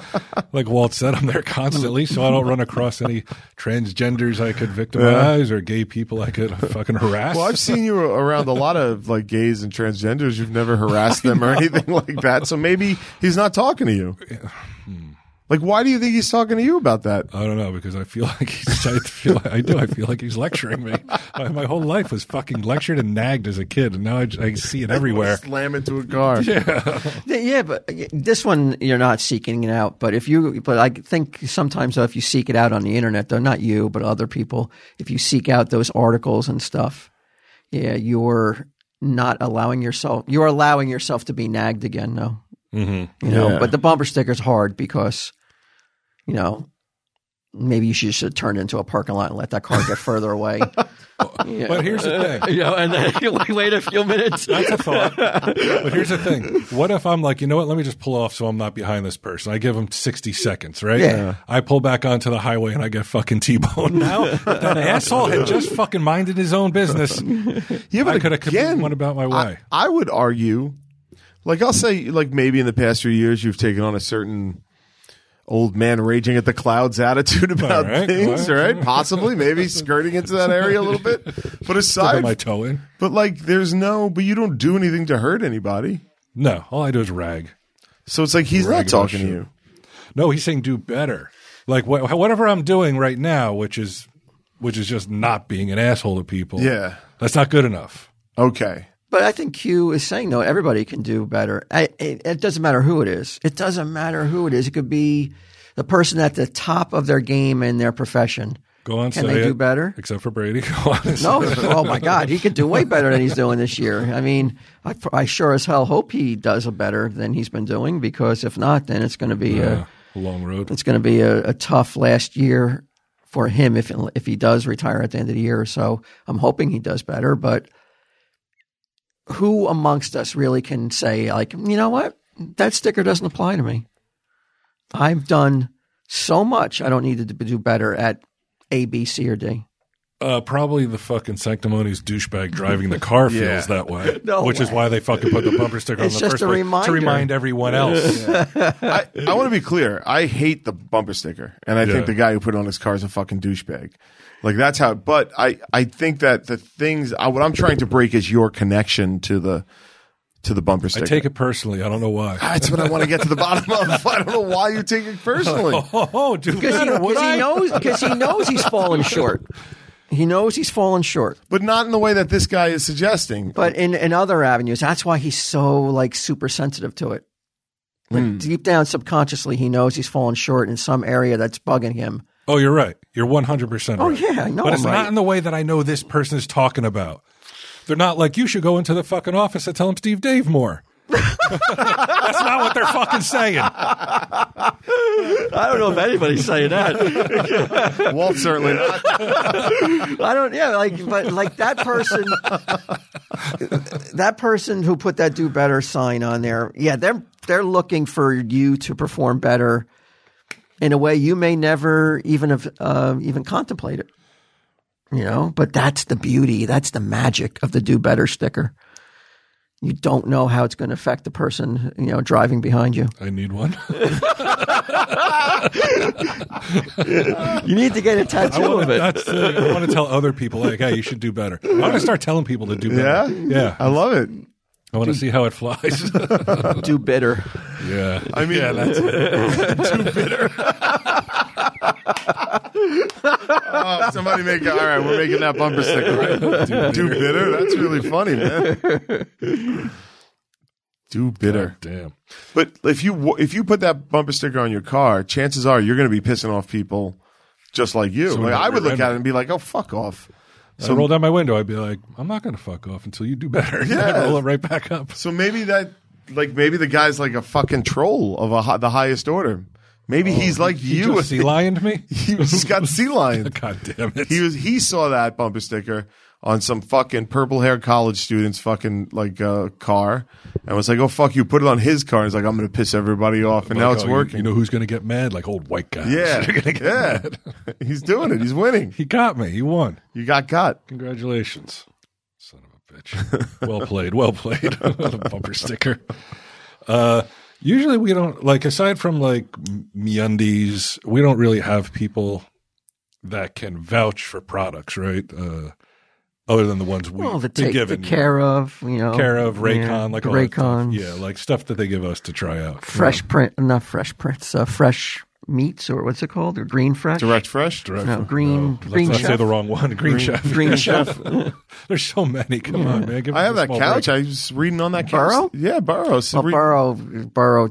S1: like Walt said, I'm there constantly, so I don't run across any transgenders I could victimize or gay people I could fucking harass.
S3: Well, I've seen you around a lot of like gays and transgenders. You've never harassed them or anything like that. So maybe he's not talking to you.
S1: Hmm.
S3: Like, why do you think he's talking to you about that?
S1: I don't know because I feel like he's. I feel like, I do. I feel like he's lecturing me. My, my whole life was fucking lectured and nagged as a kid, and now I, j- I see it everywhere.
S3: Slam into a car.
S4: Yeah, yeah, but uh, this one you're not seeking it out. But if you, but I think sometimes though, if you seek it out on the internet, though not you, but other people, if you seek out those articles and stuff, yeah, you're not allowing yourself. You're allowing yourself to be nagged again, though. Mm-hmm. You know,
S3: Yeah.
S4: but the bumper sticker's hard because, you know, maybe you should, should turn into a parking lot and let that car get further away. Yeah.
S1: But here's the thing.
S4: you know, and then you like wait a few minutes.
S1: That's a thought. but here's the thing. What if I'm like, you know what? Let me just pull off so I'm not behind this person. I give him 60 seconds, right?
S4: Yeah.
S1: I pull back onto the highway and I get fucking T-boned. Now that asshole had just fucking minded his own business.
S3: Yeah,
S1: I could have completely went about my way.
S3: I, I would argue, like I'll say, like maybe in the past few years, you've taken on a certain old man raging at the clouds attitude about
S1: All right,
S3: things,
S1: all right.
S3: right? Possibly, maybe skirting into that area a little bit. But
S1: Put my
S3: aside,
S1: toe in.
S3: but like, there's no, but you don't do anything to hurt anybody.
S1: No, all I do is rag.
S3: So it's like he's
S1: Rag
S3: not
S1: about
S3: talking to
S1: shit.
S3: you.
S1: No, he's saying do better. Like wh- whatever I'm doing right now, which is which is just not being an asshole to people.
S3: Yeah.
S1: That's not good enough.
S3: Okay.
S4: But I think Q is saying though everybody can do better. I, it, it doesn't matter who it is. It doesn't matter who it is. It could be the person at the top of their game in their profession.
S1: Go on,
S4: Can
S1: say
S4: they do
S1: it.
S4: better?
S1: Except for Brady. Go on.
S4: No, oh my God, he could do way better than he's doing this year. I mean, I, I sure as hell hope he does a better than he's been doing because if not, then it's going to be
S1: Yeah,
S4: a,
S1: long road.
S4: it's going to be a, a tough last year for him if if he does retire at the end of the year. So I'm hoping he does better. But who amongst us really can say like, you know what, that sticker doesn't apply to me. I've done so much. I don't need to do better at A, B, C, or D.
S1: Uh, probably the fucking sanctimonious douchebag driving the car feels
S3: Yeah.
S1: that way,
S4: No
S1: which is
S4: way.
S1: why they fucking put the bumper sticker
S4: It's
S1: on the first
S4: just a
S1: place
S4: reminder.
S1: to remind everyone else.
S3: I, I want to be clear. I hate the bumper sticker, and I
S1: Yeah.
S3: think the guy who put it on his car is a fucking douchebag. Like that's how. But I, I think that the things I, what I'm trying to break is your connection to the to the bumper
S1: I
S3: sticker.
S1: take it personally. I don't know why.
S3: that's what I want to get to the bottom of. I don't know why you take it personally.
S1: Oh, oh do
S4: Because he,
S1: better, would
S4: 'cause he
S1: I?
S4: knows because he knows he's falling short. He knows he's falling short,
S3: but not in the way that this guy is suggesting.
S4: but in, in other avenues, that's why he's so like super sensitive to it. Like deep down, subconsciously, he knows he's falling short in some area that's bugging him.
S1: Oh, you're right. You're 100 percent.
S4: Oh, yeah, I know
S1: But it's
S4: I'm right.
S1: not in the way that I know this person is talking about. They're not like you should go into the fucking office and tell him Steve Dave more. That's not what they're fucking saying.
S4: I don't know if anybody's saying that.
S3: Walt certainly not.
S4: I don't. Yeah, like but like that person, that person who put that "do better" sign on there. Yeah, they're they're looking for you to perform better in a way you may never even have uh, even contemplated. You know, but that's the beauty. That's the magic of the "do better" sticker. You don't know how it's going to affect the person you know driving behind you.
S1: I need one.
S4: You need to get a
S1: I
S4: tattoo
S1: want,
S4: of
S1: to,
S4: it.
S1: that's, uh, I want to tell other people, like, hey, you should do better. I want to start telling people to do
S3: Yeah,
S1: better. Yeah.
S3: I love it.
S1: I want to see how it flies.
S4: do bitter.
S1: yeah.
S3: I mean,
S1: yeah, that's it.
S3: Oh, somebody make all right. We're making that bumper sticker. Right? Do bitter. That's really funny, man. Do bitter.
S1: Damn.
S3: But if you wa- if you put that bumper sticker on your car, chances are you're going to be pissing off people just like you.
S1: So
S3: like
S1: we're
S3: I would look
S1: random.
S3: at it and be like, "Oh, fuck off."
S1: So I roll down my window. I'd be like, I'm not going to fuck off until you do better. Yeah.
S3: Yeah.
S1: roll it right back up.
S3: So maybe that like maybe the guy's like a fucking troll of a hi- the highest order. Maybe he's like
S1: He
S3: you.
S1: just sea lioned me.
S3: he was got sea lion.
S1: God damn it.
S3: He was he saw that bumper sticker on some fucking purple haired college student's fucking like uh, car and was like, "Oh fuck you!" Put it on his car. He's like, "I'm going to piss everybody off," and now
S1: Like,
S3: it's
S1: oh, you-
S3: working.
S1: You, know who's going to get mad? Like old white guys. They're
S3: yeah,
S1: gonna get
S3: yeah.
S1: mad.
S3: He's doing it. He's winning.
S1: He got me. He won.
S3: You got got.
S1: Congratulations. Son of a bitch. Well played. Well played. What a bumper sticker. Uh, usually we don't, like, aside from like M- Meundies, we don't really have people that can vouch for products, right? Uh, other than the ones we've
S4: Well, the
S1: been
S4: take the
S1: given.
S4: care of you know
S1: Care of Raycon,
S4: yeah,
S1: like all that stuff.
S4: Raycon,
S1: yeah, like stuff that they give us to try out.
S4: fresh print, not fresh prints, uh, fresh meats or what's it called? Or green fresh,
S3: Direct fresh.
S1: Direct
S4: no,
S1: from-
S4: green,
S1: Let's
S4: green
S1: not say
S4: chef.
S1: the wrong one. Green, chef.
S4: Green chef.
S1: There's so many. Come on, man. Give
S3: I
S1: us
S3: have
S1: a
S3: that
S1: small
S3: couch.
S1: break.
S3: I was reading on that
S4: Burrow?
S3: couch. Yeah, Burrow. So
S4: Well,
S3: re-
S4: Burrow, Burrow,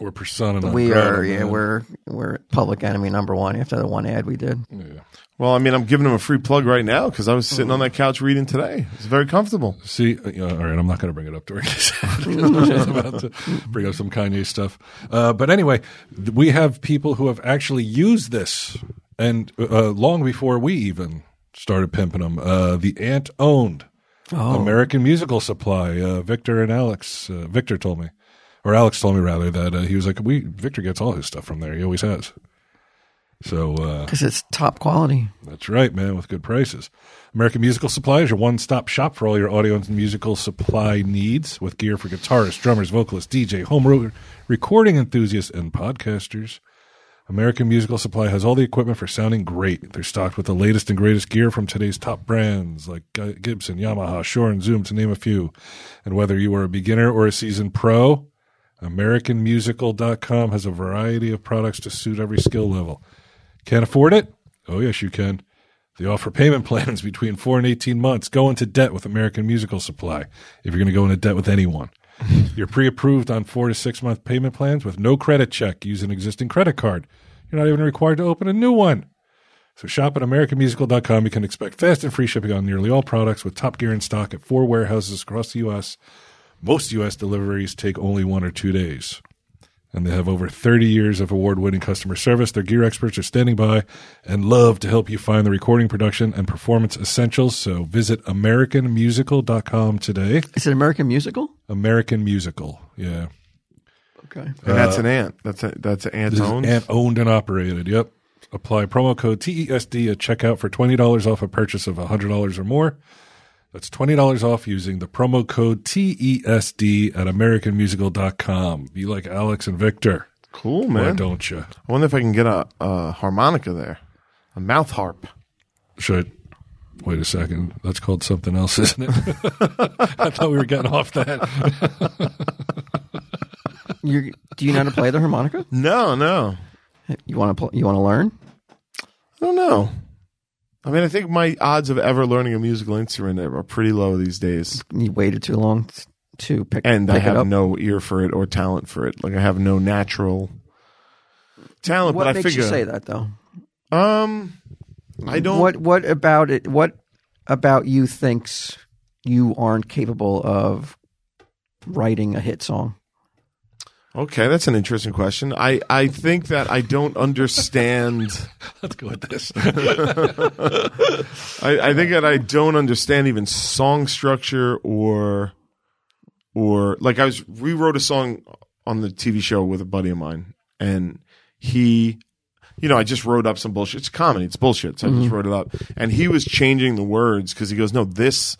S1: We're persona non
S4: we
S1: grata,
S4: are, yeah,
S1: man.
S4: we're we're public enemy number one after the one ad we did.
S1: Yeah.
S3: Well, I mean, I'm giving him a free plug right now because I was sitting on that couch reading today. It's very comfortable.
S1: See, uh, yeah, all right, I'm not going to bring it up during this. I was about to bring up some Kanye stuff. Uh, but anyway, th- we have people who have actually used this, and uh, long before we even started pimping them. Uh, the Ant Owned American Musical Supply. Uh, Victor and Alex. Uh, Victor told me, or Alex told me rather that uh, he was like, "We Victor gets all his stuff from there. He always has." So uh,
S4: because it's top quality.
S1: that's right, man, with good prices. American Musical Supply is your one stop shop for all your audio and musical supply needs with gear for guitarists, drummers, vocalists, DJ, home re- recording enthusiasts, and podcasters. American Musical Supply has all the equipment for sounding great. They're stocked with the latest and greatest gear from today's top brands like uh, Gibson, Yamaha, Shure, and Zoom, to name a few. And whether you are a beginner or a seasoned pro, AmericanMusical.com has a variety of products to suit every skill level. Can't afford it? Oh, yes, you can. They offer payment plans between four and 18 months. Go into debt with American Musical Supply if you're going to go into debt with anyone. You're pre approved on four to six month payment plans with no credit check. Use an existing credit card. You're not even required to open a new one. So shop at AmericanMusical.com. You can expect fast and free shipping on nearly all products with top gear in stock at four warehouses across the U.S. Most U.S. deliveries take only one or two days and they have over 30 years of award winning customer service. Their gear experts are standing by and love to help you find the recording, production, and performance essentials. So visit AmericanMusical.com today.
S4: It's an American musical.
S1: American Musical. Yeah.
S4: Okay.
S3: And that's an ant. That's a, that's an ant
S1: Uh, This is
S3: owned.
S1: and owned and operated. Yep. Apply promo code TESD at checkout for $20 off a purchase of $100 or more. That's $20 off using the promo code TESD at AmericanMusical.com. Be like Alex and Victor.
S3: Cool,
S1: Why
S3: man.
S1: don't you?
S3: I wonder if I can get a, a harmonica there, a mouth harp.
S1: Should wait a second. That's called something else, isn't it? I thought we were getting off that.
S4: You do you know how to play the harmonica?
S3: No, no,
S4: You want to pl- you want to learn?
S3: I don't know. I mean, I think my odds of ever learning a musical instrument are pretty low these days,
S4: You waited too long t- to pick
S3: and
S4: pick
S3: I
S4: it up.
S3: have no ear for it or talent for it. Like I have no natural talent.
S4: what
S3: but
S4: makes
S3: I figure,
S4: you say that though?
S3: Um, I don't.
S4: What what about it? What about you thinks you aren't capable of writing a hit song?
S3: Okay, that's an interesting question. I I think that I don't understand.
S1: Let's go with this.
S3: I, I think that I don't understand even song structure or or like I was rewrote a song on the TV show with a buddy of mine and he you know, I just wrote up some bullshit. It's comedy, it's bullshit. So I
S4: Mm-hmm.
S3: just wrote it up. And he was changing the words because he goes, No, this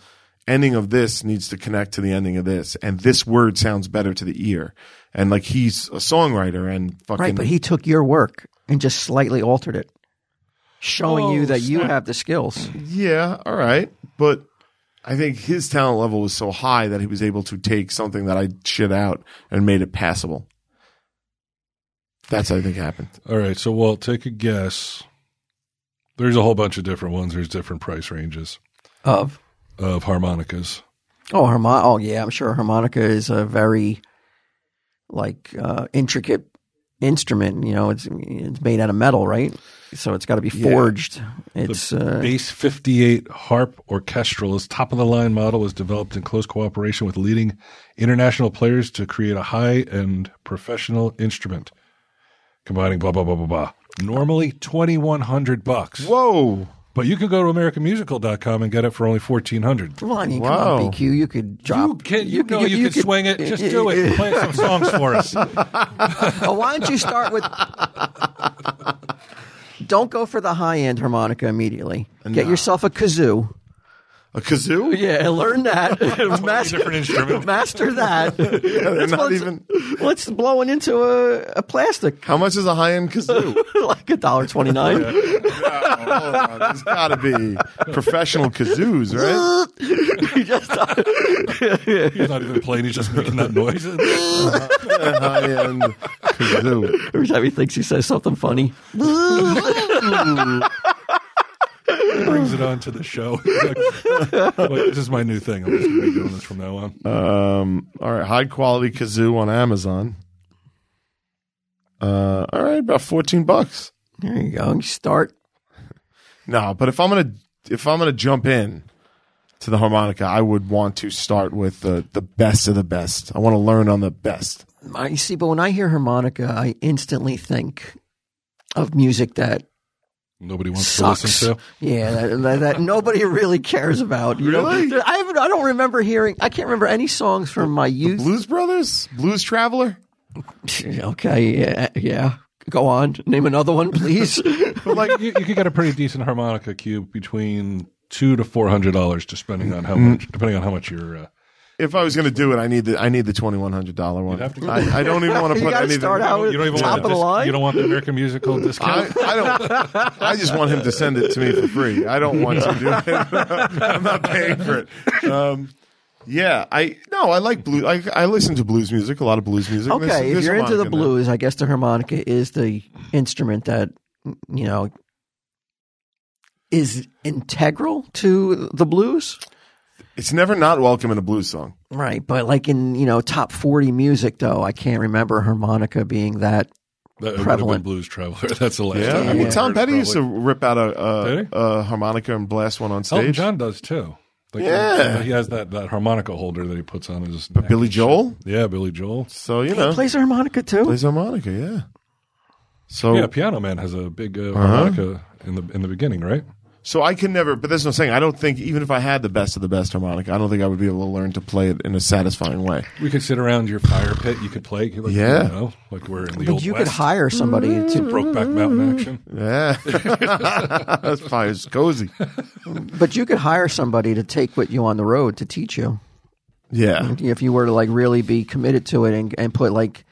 S3: ending of this needs to connect to the ending of this. And this word sounds better to the ear. And like he's a songwriter and fucking
S4: Right, but he took your work and just slightly altered it, showing
S1: Oh,
S4: you that you have the skills.
S3: Yeah, all right. But I think his talent level was so high that he was able to take something that I shit out and made it passable. That's what I think happened.
S1: All right. So, Walt, take a guess. There's a whole bunch of different ones. There's different price ranges
S4: Of
S1: of harmonicas.
S4: oh, harmon- oh yeah, I'm sure harmonica is a very like uh, intricate instrument. You know, it's it's made out of metal, right? So it's got to be forged. It's uh,
S1: Bass 58 Harp Orchestral is top of the line model was developed in close cooperation with leading international players to create a high end professional instrument. Combining blah blah blah blah blah. Normally 2100 bucks.
S3: Whoa.
S1: But you can go to AmericanMusical.com and get it for only fourteen hundred.
S4: well, I mean, come
S3: Wow.
S4: on, BQ, you could drop.
S1: You can, you, know, you, can
S4: could-
S1: swing it. Just do it. Play some songs for us.
S4: Oh, why don't you start with? Don't go for the high end harmonica immediately. Get yourself a kazoo.
S3: A kazoo?
S4: Yeah, learn that. master,
S1: different instrument.
S4: master that.
S3: They're
S4: Let's-
S3: not
S4: let's-
S3: even.
S4: Let's blow it into a, a plastic,
S3: How much is a high end kazoo?
S4: like a dollar twenty nine.
S3: Hold on, Oh, There's got to be professional kazoos, right?
S1: He's not even playing. He's just making that noise.
S3: high end kazoo.
S4: Every time he thinks he says something funny,
S1: brings it on to the show. He's like, "Wait, this is my new thing. I'm just going to be doing this from now on.
S3: Um, all right, high quality kazoo on Amazon. Uh, all right, about 14 bucks.
S4: there you go. You start.
S3: No, but if I'm gonna if I'm gonna jump in to the harmonica, I would want to start with the the best of the best. I want to learn on the best.
S4: I see, but when I hear harmonica, I instantly think of music that
S1: Nobody wants
S4: sucks.
S1: to listen to.
S4: Yeah, that, that, that nobody really cares about. You
S3: Really?
S4: know, I haven't, I don't remember hearing. I can't remember any songs from my youth.
S3: Blues Brothers, Blues Traveler.
S4: okay, yeah, yeah. Go on, name another one, please.
S1: But like, you, you could get a pretty decent harmonica cube between two to four hundred dollars, depending on how much, depending on how much you're. Uh,
S3: If I was gonna do it, I need the I need the twenty one hundred dollar one.
S1: have to-
S3: I, I don't even want to
S4: You
S3: put
S4: gotta
S3: anything.
S4: start out
S1: you don't even
S4: Top
S1: want
S4: of the
S1: dis-
S4: line?
S1: You don't want the American musical discount.
S3: I, I don't. I just want him to send it to me for free. I don't want to do it. I'm not paying for it. Um, yeah, I no. I like blues. I, I listen to blues music. A lot of blues music. There's-
S4: okay, if
S3: there's
S4: you're into the
S3: harmonica in there.
S4: blues, I guess the harmonica is the instrument that you know is integral to the blues.
S3: it's never not welcome in a blues song.
S4: Right, but like in you know top forty music though, I can't remember harmonica being that.
S1: That would have been
S4: Prevalent.
S1: Blues Traveler. That's the last.
S3: Yeah,
S1: time
S3: I mean
S1: would've
S3: Tom
S1: heard it,
S3: Petty used to
S1: probably.
S3: rip out a, a,
S1: Did he?
S3: a harmonica and blast one on
S1: Elton
S3: stage.
S1: Oh, John does too. Like, uh,
S3: Yeah.
S1: he has that, that harmonica holder that he puts on his. neck
S3: Billy
S1: and shit.
S3: Joel?
S1: Yeah, Billy Joel.
S3: So you know,
S4: Plays the harmonica too.
S3: plays harmonica. Yeah. So
S1: Yeah, Piano Man has a big
S3: Uh-huh.
S1: uh, harmonica in the in the beginning, right?
S3: So I can never, but that's what I'm saying. I don't think, even if I had the best of the best harmonica, I don't think I would be able to learn to play it in a satisfying way.
S1: We could sit around your fire pit. You could play. Like,
S3: Yeah.
S1: you know, like we're in the
S4: but
S1: old
S4: you
S1: west.
S4: could Mm-hmm. hire somebody to.
S1: Brokeback Mountain action.
S3: Yeah. that's probably as cozy.
S4: But you could hire somebody to take with you on the road to teach you
S3: Yeah.
S4: if you were to like really be committed to it and, and put like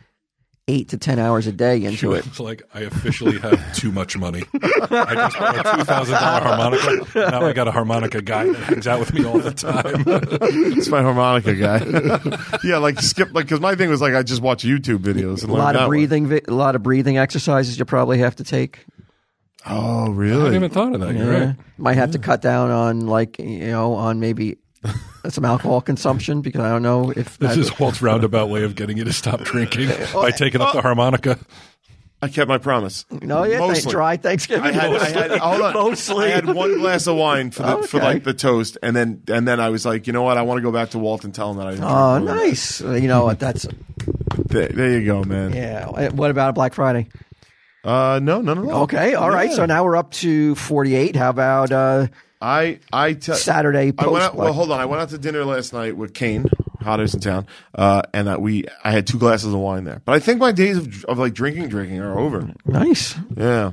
S4: eight to ten hours a day into it.
S1: It's like I officially have too much money. I just bought a two thousand dollar harmonica. Now I got a harmonica guy that hangs out with me all the time.
S3: It's my harmonica guy. yeah. Like skip, like, cause my thing was like, I just watch YouTube videos and
S4: A lot
S3: learn that
S4: of
S3: way.
S4: breathing, vi- a lot of breathing exercises you probably have to take.
S3: Oh,
S1: I
S3: really?
S1: haven't even thought of that. You're
S4: Yeah.
S1: right.
S4: Might have to cut down on like you know on maybe some alcohol consumption because I don't know if
S1: This
S4: that-
S1: is Walt's roundabout way of getting you to stop drinking
S3: Oh,
S1: by taking up the harmonica.
S3: I kept my promise.
S4: no yeah th-
S3: Mostly.
S4: dry Thanksgiving.
S3: I had, I had, hold on.
S4: Mostly.
S3: I had one glass of wine for the, for
S4: Okay.
S3: like the toast. And then, and then I was like, you know what? I want to go back to Walt and tell him that I didn't
S4: Oh,
S3: drink.
S4: nice. You know what? That's
S3: There, there you go, man.
S4: yeah. What about Black Friday?
S3: Uh, no, none at all.
S4: Okay, all right.
S3: Yeah.
S4: So now we're up to forty-eight. How about uh,
S3: I I tell
S4: Saturday
S3: I went out,
S4: post-Black-
S3: well, hold on. I went out to dinner last night with Kane, hottest in town, uh, and that we I had two glasses of wine there. But I think my days of, of like drinking, drinking are over.
S4: nice?
S3: Yeah,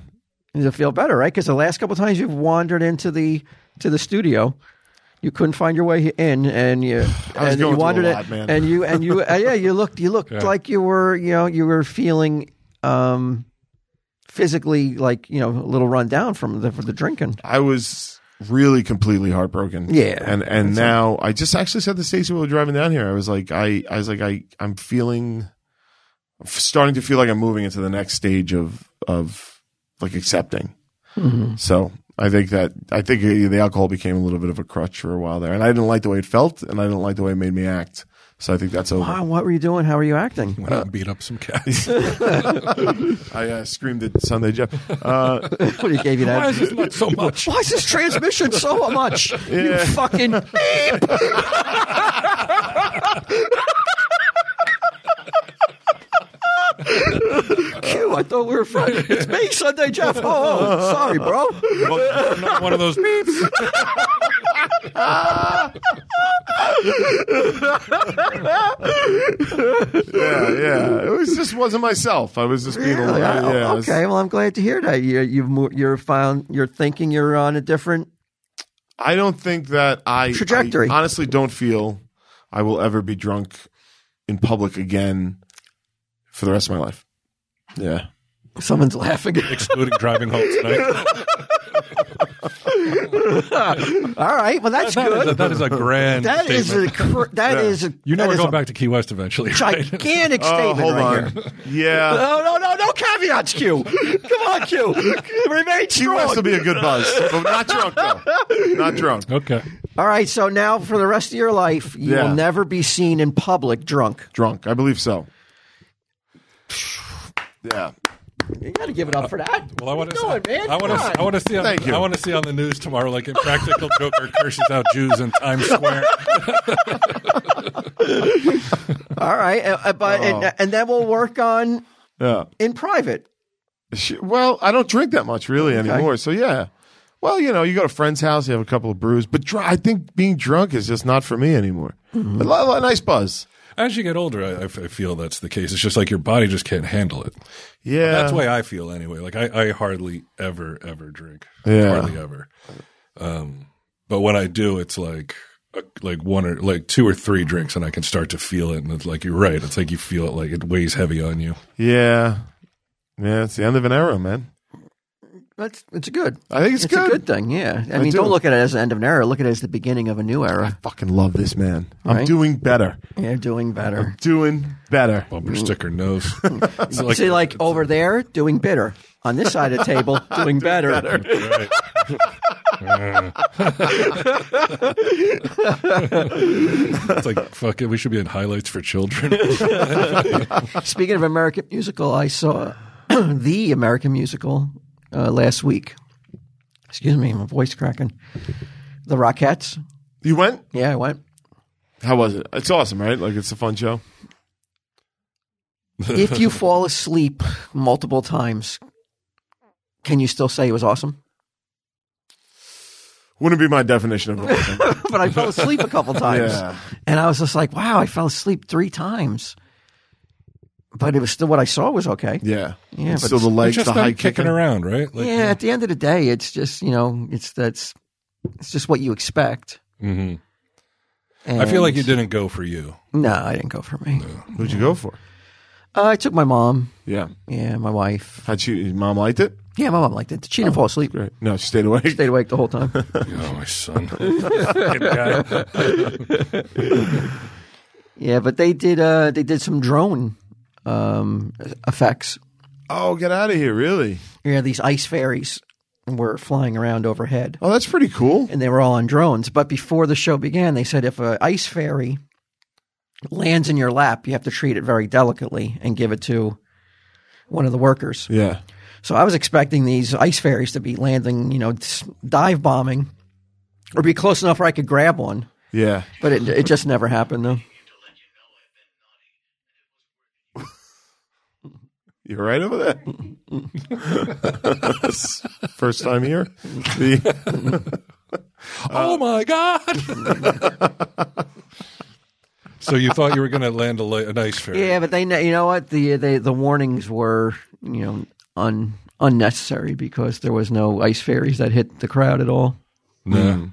S4: Does it feel better, right? Because the last couple times you've wandered into the to the studio, you couldn't find your way in, and you
S3: I was
S4: and
S3: going
S4: you
S3: through a
S4: wandered
S3: lot,
S4: it,
S3: man.
S4: and you and you uh, yeah, you looked you looked like you were you know you were feeling um physically like you know a little run down from the from the drinking.
S3: I was really completely heartbroken.
S4: Yeah.
S3: and and now I just actually said to Stacey while we were driving down here. I was like, I I was like, I I'm feeling, I'm starting to feel like I'm moving into the next stage of of like accepting.
S4: Mm-hmm.
S3: So I think that I think the alcohol became a little bit of a crutch for a while there, and I didn't like the way it felt, and I didn't like the way it made me act. So I think that's over.
S4: Wow, what were you doing? How were you acting?
S1: Went out and beat up some cats.
S3: I uh, screamed at Sunday Jeff. Uh,
S4: What he gave you
S1: Why is
S4: that?
S1: this not so much?
S4: Why is this transmission so much? You
S3: Yeah.
S4: fucking beep. Q, I thought we were friends. It's me, Sunday Jeff. Oh, oh, sorry, bro.
S1: Well, not one of those beeps.
S3: yeah, yeah. It was just wasn't myself. I was just being a
S4: Yeah,
S3: yeah, I was-
S4: okay, well, I'm glad to hear that. You, you've mo- you're found. You're thinking you're on a different.
S3: I don't think that I
S4: Trajectory.
S3: I honestly, don't feel I will ever be drunk in public again for the rest of my life. Yeah.
S4: Someone's laughing.
S1: Excluding driving home tonight.
S4: All right, well, that's
S1: That is a,
S4: good.
S1: that is a grand
S4: That
S1: statement.
S4: is a. cr- That is a.
S1: you know
S4: that
S1: we're
S4: is
S1: going
S4: a
S1: back to Key West eventually. Right?
S4: Gigantic
S3: Oh,
S4: statement
S3: hold
S4: right here.
S3: on. Yeah.
S4: Oh, No, no, no, no caveats, Q. Come on, Q. Remain
S3: Key West
S4: strong.
S3: will be a good buzz, but not drunk though. Not drunk.
S1: Okay.
S4: All right, so now for the rest of your life, you
S3: Yeah.
S4: will never be seen in public drunk.
S3: Drunk, I believe so. Yeah.
S4: You got to give it up for that.
S1: Well, I want to.
S4: What are you doing,
S1: I
S4: man?
S1: want
S4: Come
S1: to. I
S4: on.
S1: want to see. On,
S3: Thank you.
S1: I want to see on the news tomorrow, like impractical Joker curses out Jews in Times Square.
S4: All right, uh, uh, but and, and then we'll work on
S3: Yeah.
S4: in private.
S3: Sh- Well, I don't drink that much really anymore. So yeah. Well, you know, you go to a friend's house, you have a couple of brews, but dr- I think being drunk is just not for me anymore.
S4: Mm-hmm.
S3: A, lot, a nice buzz.
S1: As you get older, I, I f- I feel that's the case. It's just like your body just can't handle it.
S3: Yeah.
S1: That's the way I feel anyway. Like I, I hardly ever ever drink.
S3: Yeah.
S1: Hardly ever. Um, but when I do, it's like uh, like one or like two or three drinks, and I can start to feel it. And it's like you're right. It's like you feel it. Like it weighs heavy on you.
S3: Yeah. Yeah, it's the end of an era, man.
S4: That's it's good.
S3: I think it's,
S4: It's a good thing. Yeah, I, mean,
S3: do.
S4: do. not look at it as the end of an era. Look at it as the beginning of a new era.
S3: Fucking love this man. I'm
S4: Right?
S3: doing better.
S4: You're doing better.
S3: Doing better.
S1: Bumper sticker nose. It's like,
S4: See, like over there, doing bitter. On this side of the table, doing better.
S1: right. it's like fuck it. We should be in highlights for children.
S4: Speaking of American musical, I saw the American musical uh, last week. Excuse me, my voice cracking. The Rockettes.
S3: You went?
S4: Yeah, I went.
S3: How was it? It's awesome, right? Like it's a fun show.
S4: If you fall asleep multiple times, can you still say it was awesome?
S3: Wouldn't be my definition of awesome.
S4: but I fell asleep a couple times.
S3: Yeah.
S4: And I was just like, wow, I fell asleep three times. But it was still what I saw was okay.
S3: yeah.
S4: Yeah,
S3: It's
S4: but
S3: still the legs,
S1: just
S3: the
S1: not
S3: high
S1: kicking,
S3: kicking.
S1: around, right? Like,
S4: Yeah, at the end of the day, it's just, you know, it's that's it's just what you expect.
S1: mhm.
S4: And
S1: I feel like you didn't go for you.
S4: No, I didn't go for me.
S3: Who'd you go for?
S4: Uh, I took my mom.
S3: Yeah.
S4: Yeah, my wife.
S3: How'd she your mom liked it?
S4: Yeah, my mom liked it. She didn't fall asleep.
S3: Great. No, she stayed awake.
S4: Stayed awake the whole time.
S1: Oh, my son. Fucking guy.
S4: yeah, but they did. Uh, they did some drone um, effects.
S3: Oh, get out of here, really.
S4: Yeah, these ice fairies were flying around overhead.
S3: Oh, that's pretty cool.
S4: and they were all on drones. But before the show began, they said if a ice fairy lands in your lap, you have to treat it very delicately and give it to one of the workers.
S3: Yeah.
S4: So I was expecting these ice fairies to be landing, you know, s- dive bombing or be close enough where I could grab one.
S3: Yeah.
S4: But it, it just never happened, though.
S3: You all right over there? First time here? The-
S1: oh my god. so you thought you were going to land a, li- an ice fairy?
S4: Yeah, but they, ne- you know what? The, the, the warnings were, you know, un, unnecessary because there was no ice fairies that hit the crowd at all.
S1: No.
S3: Hmm.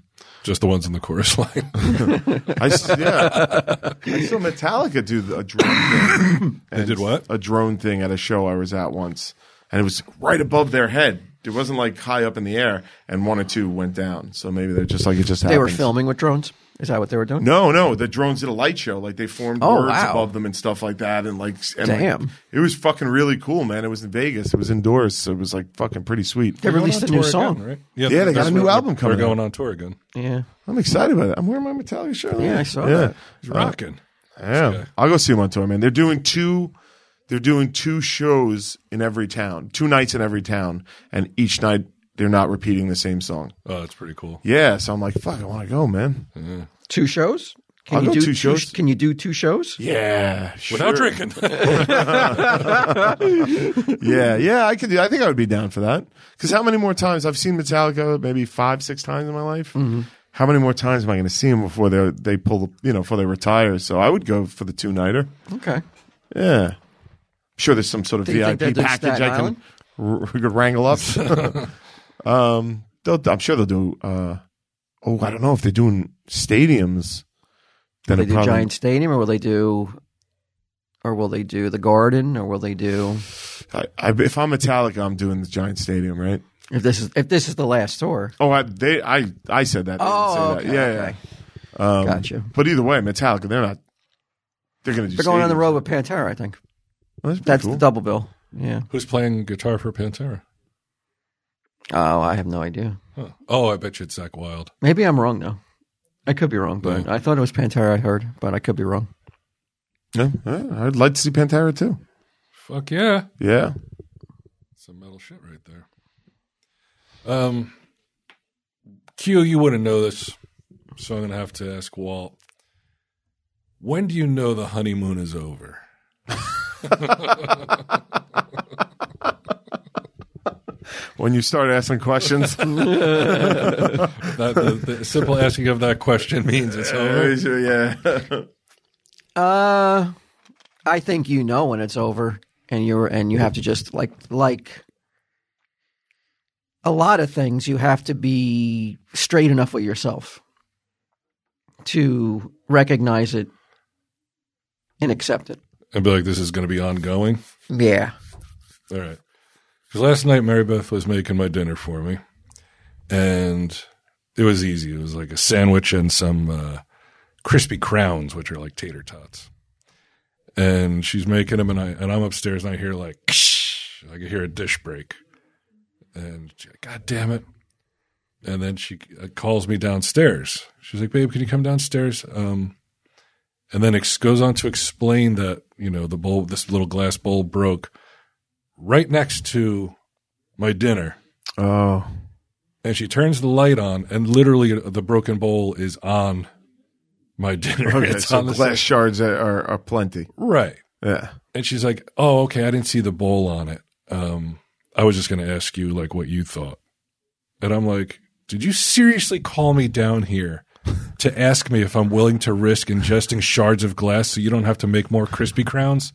S1: Just the ones in the chorus line.
S3: I, s- yeah. I saw Metallica do the- a drone thing.
S1: they did what?
S3: A drone thing at a show I was at once. And it was right above their head. It wasn't like high up in the air, and one or two went down. So maybe they're just like it just happened.
S4: They were filming with drones. Is that what they were doing?
S3: No, no, the drones did a light show. Like they formed
S4: Oh,
S3: words
S4: wow.
S3: above them and stuff like that. And like, s- and like-
S4: Damn.
S3: it was fucking really cool, man. It was in Vegas. It was indoors. So it was like fucking pretty sweet.
S4: They released a new
S1: Tour
S4: song.
S1: again, right?
S3: Yeah, they got a new album coming
S1: We're
S3: out.
S1: going on tour again.
S4: Yeah.
S3: I'm excited about it. I'm wearing my Metallica shirt.
S4: Yeah, I saw that.
S1: He's rocking.
S3: Yeah, I'll go see them on tour, man. They're doing two, they're doing two shows in every town, two nights in every town, and each night they're not repeating the same song.
S1: Oh, that's pretty cool.
S3: Yeah, so I'm like, fuck, I want to go, man.
S4: Two shows? Can
S3: I'll
S4: you
S3: go
S4: do
S3: two shows.
S4: Can you do two shows?
S3: Yeah, sure.
S1: Without drinking.
S3: Yeah, yeah, I could do. I think I would be down for that. Because how many more times I've seen Metallica? Maybe five, six times in my life. How many more times am I going to see them before they they pull the you know before they retire? So I would go for the two nighter.
S4: Okay.
S3: Yeah, I'm sure there's some sort of
S4: Do you think
S3: VIP
S4: they'll do
S3: package
S4: Staten
S3: I
S4: Island?
S3: can r- could wrangle up. um, they'll, I'm sure they'll do. Uh, oh, I don't know if they're doing stadiums. Then
S4: Will
S3: it
S4: they do
S3: probably-
S4: Giant Stadium or will they do or will they do the garden or will they do
S3: I, I, if I'm Metallica, I'm doing the Giant Stadium, right?
S4: if this is if this is the last tour.
S3: Oh, I they I I said that. They didn't
S4: Oh,
S3: say
S4: okay,
S3: that. yeah, yeah.
S4: okay.
S3: Um,
S4: Gotcha.
S3: But either way, Metallica, they're not. They're going to do.
S4: They're going on the
S3: stadiums.
S4: road with Pantera, I think.
S3: Well, that's pretty
S4: That's
S3: cool.
S4: the double bill. Yeah.
S1: Who's playing guitar for Pantera?
S4: Oh, I have no idea.
S1: Huh. Oh, I bet you it's Zach Wild.
S4: Maybe I'm wrong though. I could be wrong, but I thought it was Pantera I heard, but I could be wrong.
S3: Yeah, yeah, I'd like to see Pantera too.
S1: Fuck yeah.
S3: Yeah.
S1: Some metal shit right there. Um, Q, you wouldn't know this, so I'm gonna have to ask Walt. When do you know the honeymoon is over?
S3: When you start asking questions,
S1: That, the, the simple asking of that question means it's over.
S3: yeah.
S4: Uh, I think you know when it's over, and you're and you have to just like like a lot of things. You have to be straight enough with yourself to recognize it and accept it.
S1: And be like, this is gonna be ongoing.
S4: Yeah.
S1: All right. Because last night, Mary Beth was making my dinner for me, and it was easy. It was like a sandwich and some uh, crispy crowns, which are like tater tots. And she's making them, and I and I'm upstairs, and I hear like, I can hear a dish break, and she's like, God damn it! And then she uh, calls me downstairs. She's like, Babe, can you come downstairs? Um, and then ex- goes on to explain that you know the bowl, this little glass bowl broke right next to my dinner.
S3: Oh,
S1: And she turns the light on, and literally the broken bowl is on my dinner.
S3: okay.
S1: It's
S3: so
S1: on the
S3: glass
S1: side.
S3: shards are, are, are plenty.
S1: Right.
S3: Yeah.
S1: And she's like, "Oh, okay. I didn't see the bowl on it. Um, I was just going to ask you like what you thought." And I'm like, "Did you seriously call me down here to ask me if I'm willing to risk ingesting shards of glass so you don't have to make more crispy crowns?"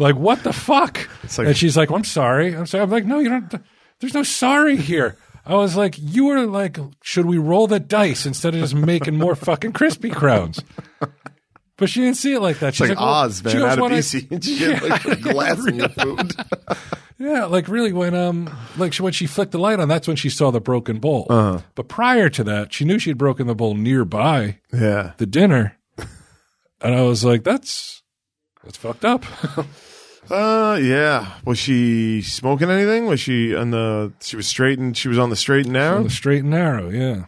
S1: Like, what the fuck?
S3: like-
S1: and she's like, "I'm sorry. I'm sorry." I'm like, "No, you don't. There's no sorry here." I was like, "You were like, should we roll the dice instead of just making more fucking crispy crowns?" But she didn't see it like that. She's
S3: It's like, oh,
S1: well,
S3: Oz,
S1: she
S3: man,
S1: goes,
S3: out of
S1: "What I-
S3: BC. and she had like glass in your food.
S1: yeah, like really when um like she, when she flicked the light on, that's when she saw the broken bowl. But prior to that, she knew she had broken the bowl nearby
S3: Yeah.
S1: the dinner, and I was like, "That's that's fucked up."
S3: Uh, yeah. Was she smoking anything? Was she on the? She was straight and she was on the straight and
S1: On
S3: narrow.
S1: the straight and narrow, yeah,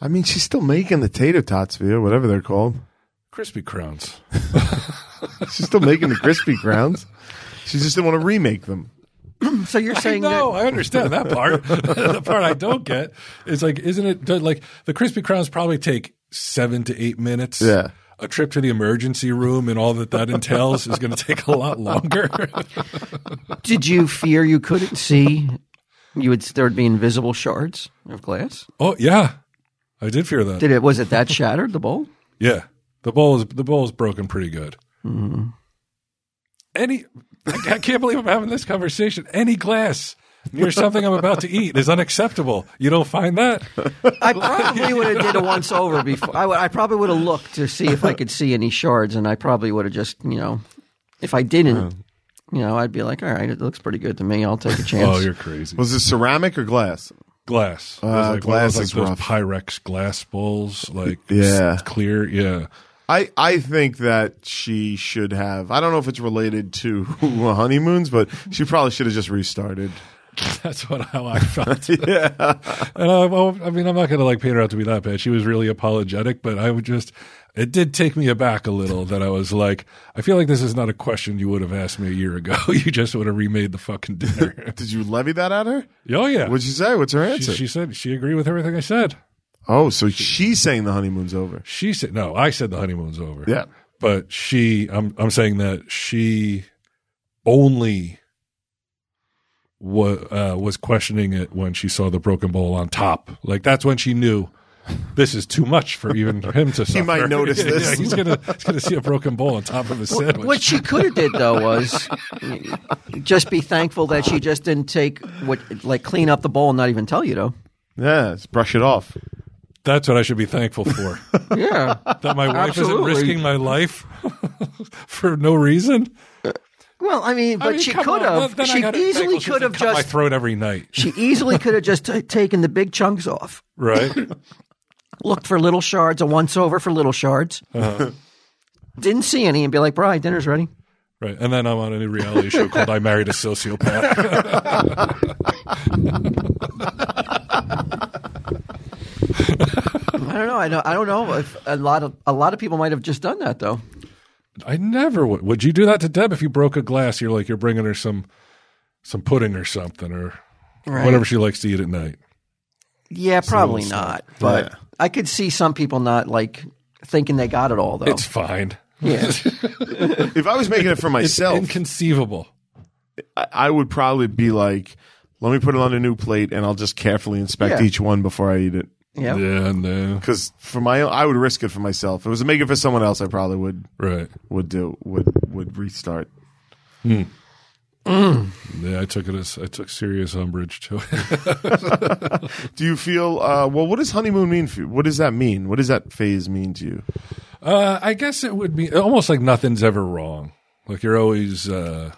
S3: I mean, she's still making the tater tots, via whatever they're called.
S1: crispy crowns.
S3: She's still making the crispy crowns. She just didn't want to remake them.
S4: So you're saying
S1: no,
S4: that
S1: I understand that part. the part I don't get is like, isn't it does- like the crispy crowns probably take seven to eight minutes?
S3: Yeah.
S1: A trip to the emergency room and all that that entails is going to take a lot longer.
S4: did you fear you couldn't see? You would there'd be invisible shards of glass.
S1: oh yeah, I did fear that.
S4: Did it was it that shattered the bowl?
S1: Yeah, the bowl is the bowl is broken pretty good.
S3: Mm-hmm.
S1: Any, I, I can't believe I'm having this conversation. Any glass near something I'm about to eat is unacceptable. You don't find that?
S4: I probably would have did a once over before. I would- I probably would have looked to see if I could see any shards, and I probably would have just, you know, if I didn't, you know, I'd be like, all right, it looks pretty good to me. I'll take a chance.
S1: Oh, you're crazy.
S3: Was it ceramic or glass?
S1: Glass, It was
S3: Uh,
S1: one of
S3: glass
S1: those,
S3: is
S1: like
S3: rough.
S1: those Pyrex glass bowls, like
S3: Yeah.
S1: s- clear. Yeah,
S3: I, I think that she should have. I don't know if it's related to honeymoons, but she probably should have just restarted.
S1: that's what how I felt.
S3: Yeah.
S1: And I, well, I mean, I'm not going to like paint her out to be that bad. She was really apologetic, but I would just, it did take me aback a little that I was like, I feel like this is not a question you would have asked me a year ago. you just would have remade the fucking dinner.
S3: Did you levy that at her?
S1: oh, yeah.
S3: What'd she say? What's her
S1: she,
S3: answer?
S1: she said she agreed with everything I said.
S3: oh, so she's saying the honeymoon's over.
S1: She said, no, I said the honeymoon's over.
S3: Yeah.
S1: But she, I'm, I'm saying that she only wa- uh, was questioning it when she saw the broken bowl on top. Like that's when she knew this is too much for even him to. He
S3: might notice this.
S1: he's gonna he's gonna see a broken bowl on top of his sandwich.
S4: what she could have did though was just be thankful that she just didn't take what like clean up the bowl and not even tell you though.
S3: Yeah, let's brush it off.
S1: that's what I should be thankful for.
S4: Yeah,
S1: that my wife isn't
S4: Absolutely.
S1: risking my life for no reason.
S4: well, I mean, but
S1: I mean,
S4: she
S1: come
S4: could
S1: on,
S4: have.
S1: then I
S4: She
S1: gotta be
S4: easily
S1: thankful she
S4: could have
S1: doesn't cut my
S4: just.
S1: throat every night,
S4: She easily could have just t- taken the big chunks off,
S1: right?
S4: looked for little shards, a once over for little shards.
S1: Uh-huh.
S4: Didn't see any, and be like, "Bri, dinner's ready."
S1: Right. And then I'm on a new reality show called I Married a Sociopath.
S4: I don't know. I don't, I don't know if a lot of a lot of people might have just done that though.
S1: I never would. Would you do that to Deb if you broke a glass? You're like, you're bringing her some some pudding or something or
S4: Right.
S1: whatever she likes to eat at night.
S4: Yeah, probably
S1: little
S4: not. But
S3: Yeah.
S4: I could see some people not like thinking they got it all though.
S1: It's fine.
S4: yeah.
S3: If I was making it for
S1: It's
S3: myself,
S1: inconceivable.
S3: I I would probably be like, let me put it on a new plate and I'll just carefully inspect
S4: Yeah.
S3: each one before I eat it.
S4: yeah.
S1: Yeah, no.
S3: Because for my, own, I would risk it for myself. If it was to make it for someone else, I probably would
S1: Right.
S3: would do would would restart.
S1: Yeah, I took it as I took serious umbrage to it.
S3: Do you feel uh, well? What does honeymoon mean for you? What does that mean? What does that phase mean to you?
S1: Uh, I guess it would be almost like nothing's ever wrong. Like you're always uh,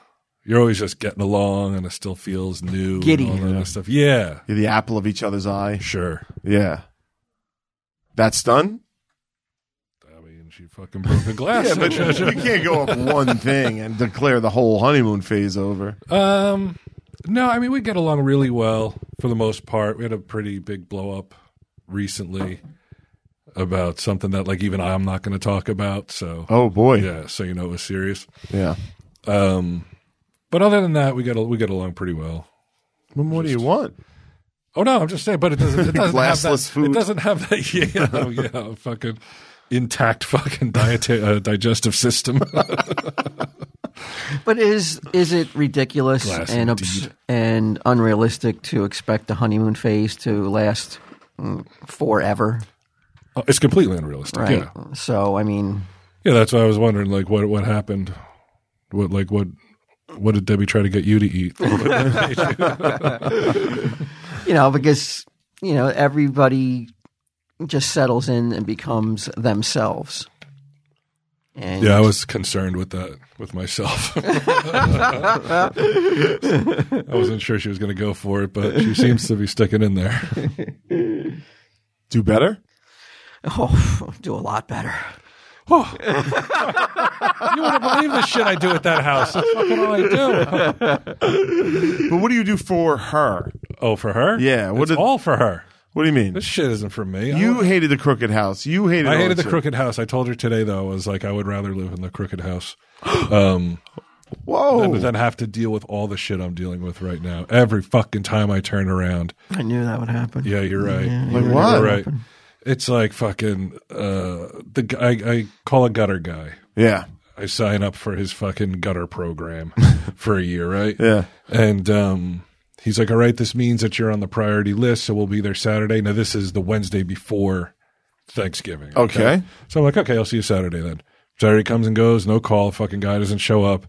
S1: you're always just getting along, and it still feels new.
S4: Giddy.
S1: and all that other stuff. Yeah,
S3: You're the apple of each other's eye.
S1: sure.
S3: Yeah, that's done.
S1: I mean, she fucking broke a glass.
S3: Yeah, but you can't go up one thing and declare the whole honeymoon phase over.
S1: Um, no, I mean we get along really well for the most part. We had a pretty big blow up recently about something that like even I'm not going to talk about. So
S3: Oh boy, yeah.
S1: yeah, so you know it was serious. Um, but other than that, we get al- we get along pretty well.
S3: Well, what do you want?
S1: Oh no, I'm just saying, but it doesn't. It doesn't have that.
S3: Glassless food.
S1: It doesn't have that. Yeah, oh, yeah, fucking intact fucking dieta- uh, digestive system.
S4: But is is it ridiculous
S1: Glass
S4: and obs-
S1: indeed.
S4: and unrealistic to expect the honeymoon phase to last mm, forever?
S1: Oh, it's completely unrealistic.
S4: Right.
S1: Yeah,
S4: So I mean,
S1: yeah. That's why I was wondering, like, what what happened? What like what what did Debbie try to get you to eat?
S4: you know, because you know everybody just settles in and becomes themselves. And
S1: yeah, I was concerned with that with myself. I wasn't sure she was going to go for it, but she seems to be sticking in there.
S3: Do better.
S4: oh, do a lot better.
S1: Oh. you wouldn't believe the shit I do at that house. That's fucking all I do.
S3: But what do you do for her?
S1: Oh, for her?
S3: Yeah, what
S1: it's
S3: did-
S1: all for her.
S3: What do you mean?
S1: This shit isn't for me.
S3: You hated the crooked house. You hated.
S1: I, I
S3: all
S1: hated
S3: that
S1: the
S3: shit.
S1: crooked house. I told her today though, I was like, I would rather live in the crooked house
S3: Whoa!
S1: than have to deal with all the shit I'm dealing with right now. Every fucking time I turn around.
S4: I knew that would happen.
S1: Yeah, you're right.
S3: Like
S1: You're
S3: what?
S1: right. It's like fucking uh, the guy. I, I call a gutter guy.
S3: Yeah.
S1: I sign up for his fucking gutter program for a year, right?
S3: Yeah.
S1: And um, he's like, "All right, this means that you're on the priority list, so we'll be there Saturday." Now this is the Wednesday before Thanksgiving.
S3: Okay.
S1: So I'm like, "Okay, I'll see you Saturday then." Saturday comes and goes, no call. Fucking guy doesn't show up.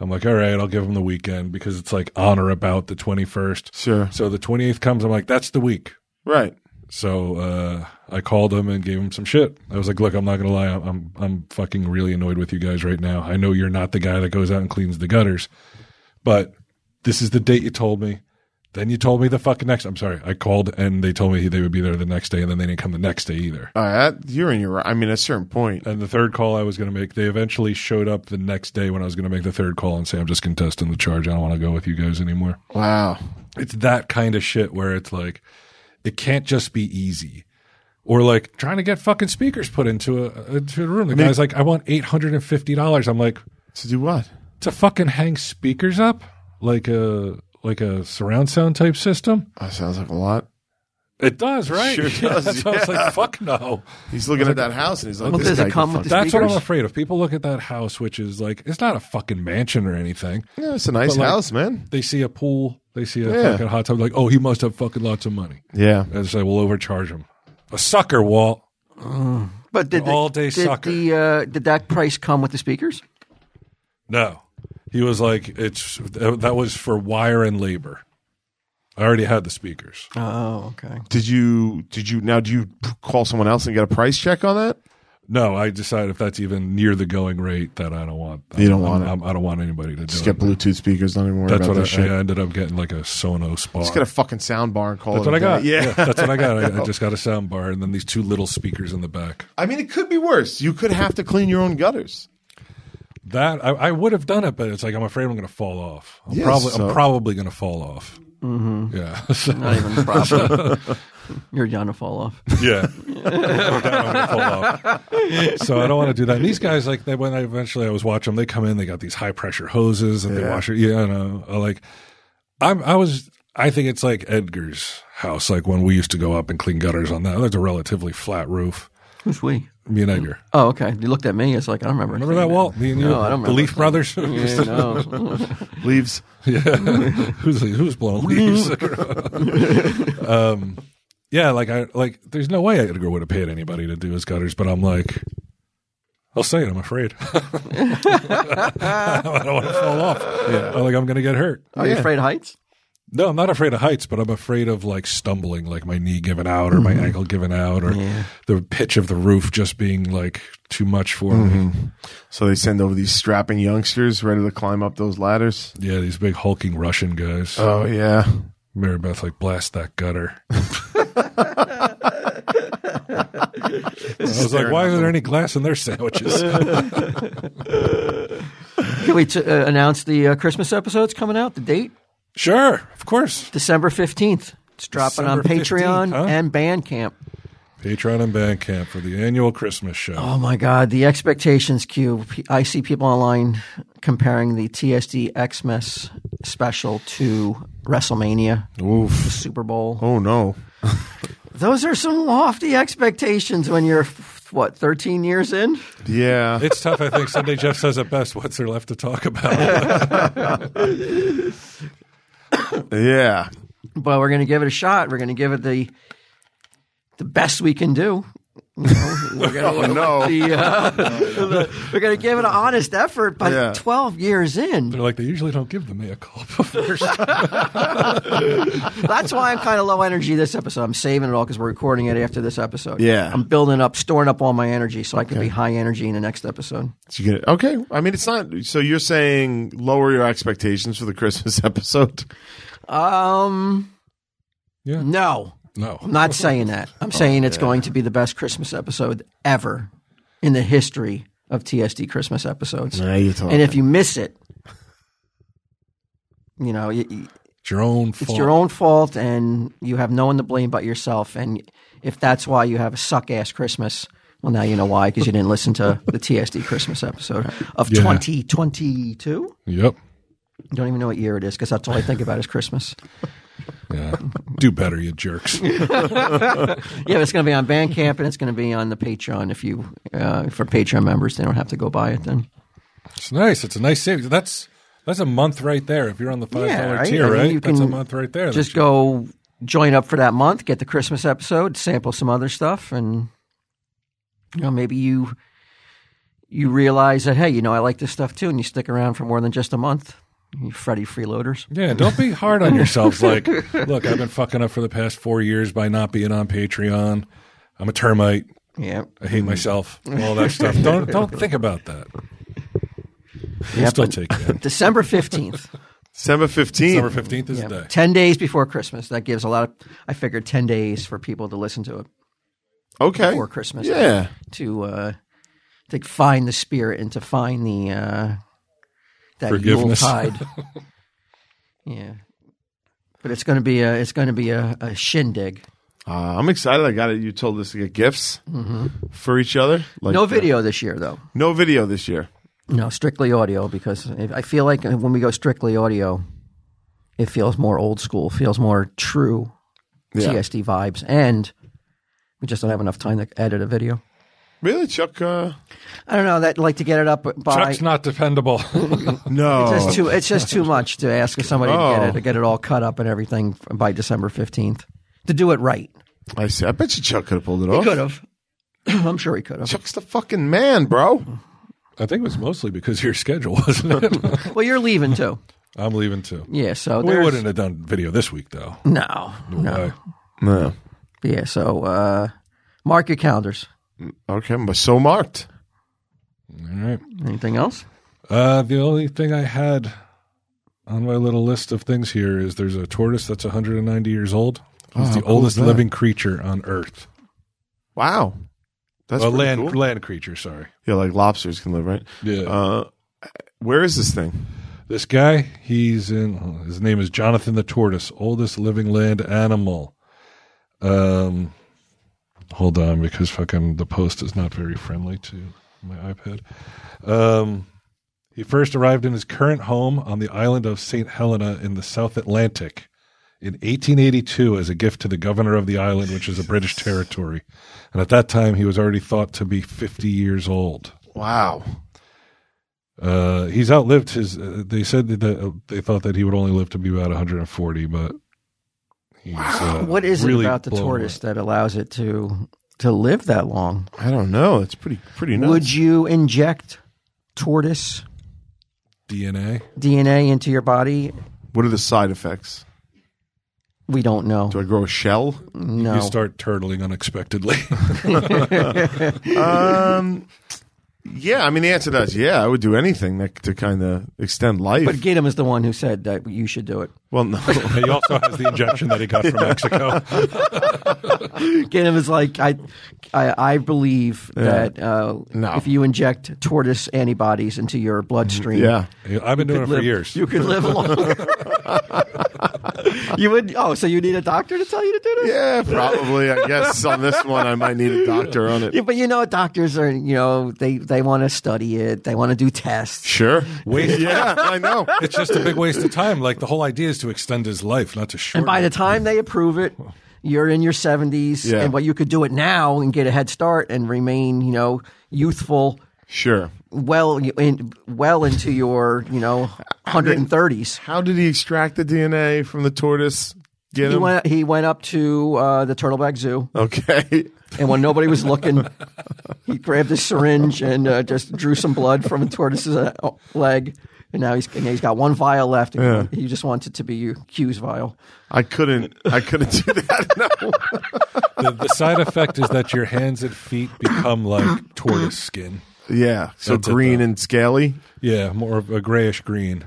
S1: I'm like, "All right, I'll give him the weekend because it's like on or about the 21st."
S3: Sure.
S1: So the 28th comes. I'm like, "That's the week."
S3: Right.
S1: So uh, I called him and gave him some shit. I was like, "Look, I'm not gonna lie. I'm, I'm I'm fucking really annoyed with you guys right now. I know you're not the guy that goes out and cleans the gutters, but this is the date you told me. Then you told me the fucking next. I'm sorry. I called and they told me they would be there the next day, and then they didn't come the next day either.
S3: All right. that- You're in your. ri- I mean, at a certain point.
S1: And the third call I was gonna make, they eventually showed up the next day when I was gonna make the third call and say, "I'm just contesting the charge. I don't want to go with you guys anymore."
S3: Wow.
S1: it's that kind of shit where it's like it can't just be easy or like trying to get fucking speakers put into a into a room the guy's like i want $850 i'm like
S3: To do what?
S1: to fucking hang speakers up like a like a surround sound type system
S3: That Oh, sounds like a lot.
S1: it does right
S3: Sure
S1: Yeah,
S3: does,
S1: that's why i was like fuck no
S3: He's looking at that house and he's like,
S4: Well,
S3: this
S4: does it
S3: guy
S4: come
S3: could
S4: with
S3: fuck-
S1: that's what i'm
S4: Speakers?
S1: afraid of people look at that house which is like it's not a fucking mansion or anything
S3: Yeah, it's a nice
S1: But, like-
S3: house, man.
S1: they see a pool they see a
S3: Yeah.
S1: fucking hot tub like oh he must have fucking lots of money
S3: Yeah.
S1: and so we'll overcharge him a sucker walt
S4: But did the,
S1: all-day
S4: did
S1: sucker.
S4: the uh, did that price come with the speakers?
S1: No, he was like, "It's that was for wire and labor." I already had the speakers.
S4: Oh, okay.
S3: Did you? Did you? Now, do you p- call someone else and get a price check on that?
S1: No, I decided if that's even near the going rate, that I don't want.
S3: You don't want
S1: I'm, I'm, I do not want anybody to
S3: Just
S1: do
S3: get
S1: it.
S3: Bluetooth speakers. Don't even worry
S1: That's
S3: about
S1: what I,
S3: this shit.
S1: I ended up getting, like a Sonos bar.
S3: Just get a fucking sound bar and call
S1: that's
S3: it.
S1: what
S3: a
S1: I got.
S3: day. Yeah.
S1: that's what I got. I, I just got a sound bar and then these two little speakers in the back.
S3: I mean, it could be worse. You could have to clean your own gutters.
S1: That I, I would have done it, but it's like I'm afraid I'm going to fall off. I'm
S3: Yes,
S1: probably
S3: so-
S1: I'm probably going to fall off. Mm-hmm. Yeah, So-
S4: Not even a problem. You're gonna fall off.
S1: Yeah. so I don't want to do that. And these guys, like, they, when I eventually I was watching them, they come in, they got these high pressure hoses and they wash it. Yeah, I know. I like, I'm, I was. I think it's like Edgar's house, like when we used to go up and clean gutters on that. That's a relatively flat roof.
S4: Who's we?
S1: Me and Edgar.
S4: Oh, okay. You looked at me. It's like I don't remember.
S1: Remember that, Walt? Me and you,
S4: No, I don't
S1: the
S4: remember.
S1: Leaf Brothers.
S4: Yeah, no.
S3: Leaves.
S1: Yeah. who's who's blowing leaves? um, yeah, like I like. There's no way Edgar would have paid anybody to do his gutters, but I'm like, I'll say it. I'm afraid. I don't want to fall off. I'm like I'm going to get hurt.
S4: Are you afraid of heights?
S1: No, I'm not afraid of heights, but I'm afraid of like stumbling, like my knee giving out or my ankle giving out or the pitch of the roof just being like too much for me.
S3: So they send over these strapping youngsters ready to climb up those ladders.
S1: Yeah, these big hulking Russian guys.
S3: Oh yeah.
S1: Mary Beth, like, blast that gutter. I was like, why is there any glass in their sandwiches?
S4: Can we t- uh, announce the uh, Christmas episode's coming out? The date?
S1: sure, of course.
S4: December 15th. It's dropping on
S1: December
S4: Patreon
S1: 15th, huh?
S4: and Bandcamp.
S1: Patreon and Bandcamp for the annual Christmas show.
S4: Oh my God, the expectations cube. P- I see people online comparing the TSD Xmas special to WrestleMania, the Super Bowl.
S3: Oh no.
S4: Those are some lofty expectations when you're, f- what, 13 years in?
S3: Yeah.
S1: It's tough, I think. Sunday Jeff says it best. What's there left to talk about?
S3: yeah.
S4: But we're going to give it a shot. We're going to give it the the best we can do. You know, we're gonna,
S3: Oh, No.
S4: the, uh, we're going to give it an honest effort, but
S3: Yeah.
S4: 12 years in.
S1: They're like, they usually don't give the mea culpa first.
S4: That's why I'm kind of low energy this episode. I'm saving it all because we're recording it after this episode.
S3: Yeah.
S4: I'm building up, storing up all my energy so I can be high energy in the next episode.
S3: Did you get it? Okay. I mean, it's not. So you're saying lower your expectations for the Christmas episode?
S4: Um,
S1: Yeah.
S4: No, I'm
S1: No.
S4: not saying that. I'm saying
S3: Oh,
S4: it's going to be the best Christmas episode ever in the history of TSD Christmas episodes.
S3: you're talking.
S4: And if you miss it, you know, y y-
S1: It's your own fault.
S4: it's your own fault and you have no one to blame but yourself. And if that's why you have a suck ass Christmas, well, now you know why because you didn't listen to the TSD Christmas episode of
S1: Yeah.
S4: 2022.
S1: Yep.
S4: Don't even know what year it is because that's all I think about is Christmas.
S1: Yeah. Do better, you jerks.
S4: Yeah, it's going to be on Bandcamp and it's going to be on the Patreon. If you uh, for Patreon members, they don't have to go buy it then.
S1: It's nice. It's a nice savings. That's that's a month right there. If you're on the five dollar
S4: right?
S1: tier,
S4: I mean,
S1: right?
S4: you
S1: That's a
S4: can
S1: month right there.
S4: Just
S1: That's-
S4: go join up for that month, get the Christmas episode, sample some other stuff, and you know maybe you you realize that hey, you know I like this stuff too, and you stick around for more than just a month. You Freddy freeloaders.
S1: Yeah, don't be hard on yourselves. Like, look, I've been fucking up for the past four years by not being on Patreon. I'm a termite.
S4: Yeah,
S1: I hate myself. All that stuff. Don't don't think about that. We'll still take it. in.
S4: December fifteenth,
S3: December fifteenth.
S1: December fifteenth is the day.
S4: ten days before Christmas. That gives a lot of. I figured ten days for people to listen to it
S3: Okay.
S4: before Christmas.
S3: Yeah.
S4: to uh, to find the spirit and to find the uh, that
S1: Forgiveness.
S4: Yuletide. yeah, but it's going to be a it's going to be a, a shindig.
S3: Uh, I'm excited. I got it. You told us to get gifts for each other. Like
S4: Mm-hmm. No
S3: that.
S4: video this year though.
S3: No video this year.
S4: No, strictly audio because if- I feel like when we go strictly audio, it feels more old school, feels more true
S3: Yeah.
S4: TSD vibes, and we just don't have enough time to edit a video.
S3: Really, Chuck? Uh,
S4: I don't know that like to get it up by
S1: Chuck's not dependable.
S3: no.
S1: Oh.
S4: It's just too. It's just too much to ask of somebody to get
S3: Oh.
S4: it to get it all cut up and everything by December fifteenth to do it right.
S3: I see. I bet you Chuck could have pulled it off.
S4: have. I'm sure he could have.
S3: Chuck's the fucking man, bro.
S1: I think it was mostly because your schedule wasn't it.
S4: Well, you're leaving too.
S1: I'm leaving too.
S4: Yeah. So
S1: We
S4: there's-
S1: wouldn't have done video this week though.
S4: No. No.
S1: Why?
S3: No.
S4: Yeah. So uh, mark your calendars.
S3: Okay, but so marked.
S1: All right.
S4: Anything else?
S1: Uh, the only thing I had on my little list of things here is there's a tortoise that's 190 years old. It's
S3: Oh,
S1: the
S3: how cool
S1: oldest
S3: is that?
S1: living creature on Earth.
S3: Wow. That's
S1: a
S3: pretty
S1: land
S3: cool.
S1: land creature, sorry.
S3: Yeah, like lobsters can live, right?
S1: Yeah.
S3: Uh, where is this thing?
S1: this guy, he's in. His name is Jonathan the tortoise, oldest living land animal. Um, hold on, because fucking the post is not very friendly to my iPad. Um, He first arrived in his current home on the island of St. Helena in the South Atlantic in 1882 as a gift to the governor of the island, which is a British territory. And at that time, he was already thought to be 50 years old.
S3: Wow.
S1: Uh, he's outlived his. Uh, they said that the, they thought that he would only live to be about 140, but he's, uh,
S4: What is
S1: really
S4: it about the
S1: blown
S4: tortoise
S1: up.
S4: that allows it to to live that long?
S3: I don't know. It's pretty pretty nuts.
S4: Would you inject tortoise
S1: DNA?
S4: DNA into your body?
S3: what are the side effects?
S4: We don't know.
S3: Do I grow a shell?
S1: You
S4: No.
S1: start turtling unexpectedly.
S3: Um, yeah. I mean, the answer to that is yeah. I would do anything that, to kind of extend life.
S4: But Gidim is the one who said that you should do it.
S3: well, no.
S1: he also has the injection that he got from Mexico.
S4: Gidim is like I, I, I believe that uh,
S3: No.
S4: if you inject tortoise antibodies into your bloodstream,
S3: yeah.
S1: I've been doing it for
S4: live-
S1: years.
S4: you could live longer. you would. Oh, so you need a doctor to tell you to do this?
S3: Yeah, probably. I guess on this one, I might need a doctor on
S4: Yeah,
S3: it.
S4: but you know, doctors are you know they they want to study it, they want to do tests.
S3: Sure.
S1: Waste-
S3: Yeah, I know.
S1: It's just a big waste of time. Like the whole idea is to extend his life, not to shorten.
S4: And by the
S1: it.
S4: time they approve it, you're in your 70s,
S3: Yeah.
S4: and what you could do it now and get a head start and remain you know youthful.
S3: Sure.
S4: Well, in, well into your you know 130s.
S3: How did he extract the DNA from the tortoise? Get
S4: He
S3: him.
S4: went, he went up to uh, the Turtleback Zoo,
S3: okay.
S4: and when nobody was looking, he grabbed a syringe and uh, just drew some blood from a tortoise's uh, leg. And now he's, and he's got one vial left. And He just wants it to be Q's vial.
S3: I couldn't. I couldn't do that.
S1: the,
S3: No.
S1: the side effect is that your hands and feet become like tortoise skin.
S3: Yeah. So
S1: That's it,
S3: green
S1: though.
S3: and scaly.
S1: Yeah, more of a grayish green.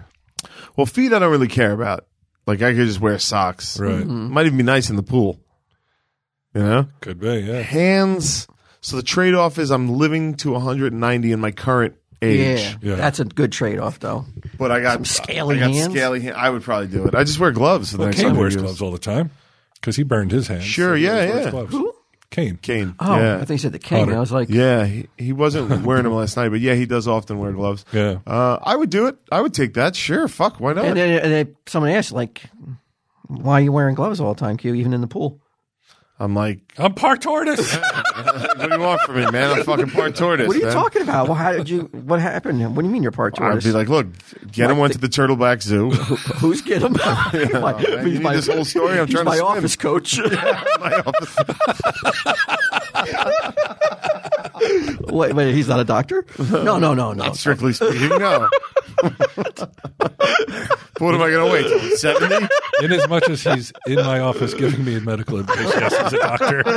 S3: Well, feet I don't really care about. Like I could just wear socks.
S1: Right.
S4: Mm-hmm.
S3: Might even be nice in the pool. You know?
S1: Could be, yeah.
S3: Hands. So the trade off is I'm living to 190 in my current age.
S1: Yeah.
S4: That's a good trade off, though.
S3: But I got
S4: scaly
S3: I got
S4: hands?
S3: scaly hand- I would probably do it. I just wear gloves for the next
S1: Kane
S3: couple
S1: wears
S3: years.
S1: gloves all the time because he burned his hands.
S3: Sure,
S1: he
S3: yeah,
S1: always wears
S3: yeah.
S1: gloves. Kane.
S3: Kane.
S4: Oh,
S3: yeah.
S4: I think he said the king.
S1: Otter.
S4: I was like,
S3: yeah, he, he wasn't wearing them last night, but yeah, he does often wear gloves.
S1: Yeah.
S3: Uh, I would do it. I would take that. Sure. Fuck. Why not?
S4: and then, and then someone asked, like, why are you wearing gloves all the time, Q, even in the pool?
S3: I'm like,
S1: I'm part tortoise.
S3: what do you want from me, man? I'm fucking part tortoise.
S4: What are you
S3: man.
S4: talking about? Well, how did you? What happened? What do you mean you're part
S3: I'd
S4: tortoise?
S3: be like, look, get him went to the Turtleback Zoo.
S4: Who's get him? my,
S3: man, you need this whole story? I'm
S4: he's
S3: trying to
S4: my
S3: swim.
S4: office coach.
S3: My office.
S4: wait, wait, he's not a doctor? No, no, no, no.
S3: Strictly speaking, no. what am I going to wait? till I'm 70?
S1: in as much as he's in my office giving me medical advice, yes, he's a doctor.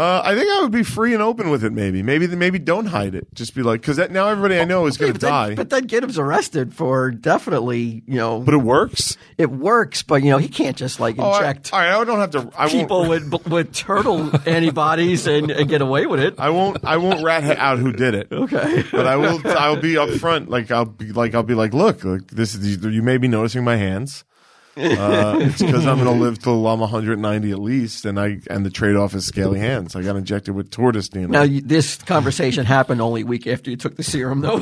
S3: Uh, I think I would be free and open with it, maybe. Maybe maybe don't hide it. Just be like, because now everybody I know is going to
S4: Oh, But then,
S3: die.
S4: but then Giddim's arrested for definitely, you know,
S3: But it works.
S4: it works, but, you know, he can't just like
S3: Oh, I-
S4: inject
S3: all right, I don't have to. I
S4: people
S3: won't,
S4: with, with turtle antibodies and, and get away with it.
S3: I won't. I won't rat out who did it.
S4: Okay.
S3: but I will. I'll be upfront. Like I'll be like I'll be like, look, like, this is you may be noticing my hands. Uh, it's because I'm going to live till I'm 190 at least, and I and the trade off is scaly hands. I got injected with tortoise DNA.
S4: Now, you, this conversation happened only a week after you took the serum, though.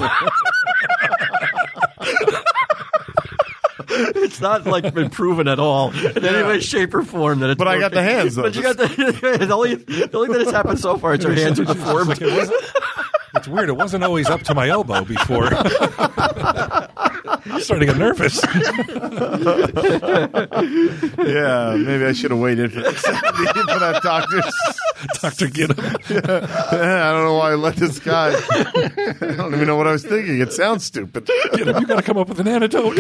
S4: it's not like been proven at all in any way, shape, or form that it's.
S3: But I got the
S4: working.
S3: hands, though.
S4: But you got the, the only the only thing that's happened so far is your hands are deformed.
S1: It wasn't- it's weird. It wasn't always up to my elbow before. I'm starting to get nervous.
S3: yeah, maybe I should have waited for, 70 for that doctor's.
S1: Dr. Ginnam.
S3: I don't know why I let this guy. I don't even know what I was thinking. It sounds stupid.
S1: Ginnam, you got to come up with an antidote.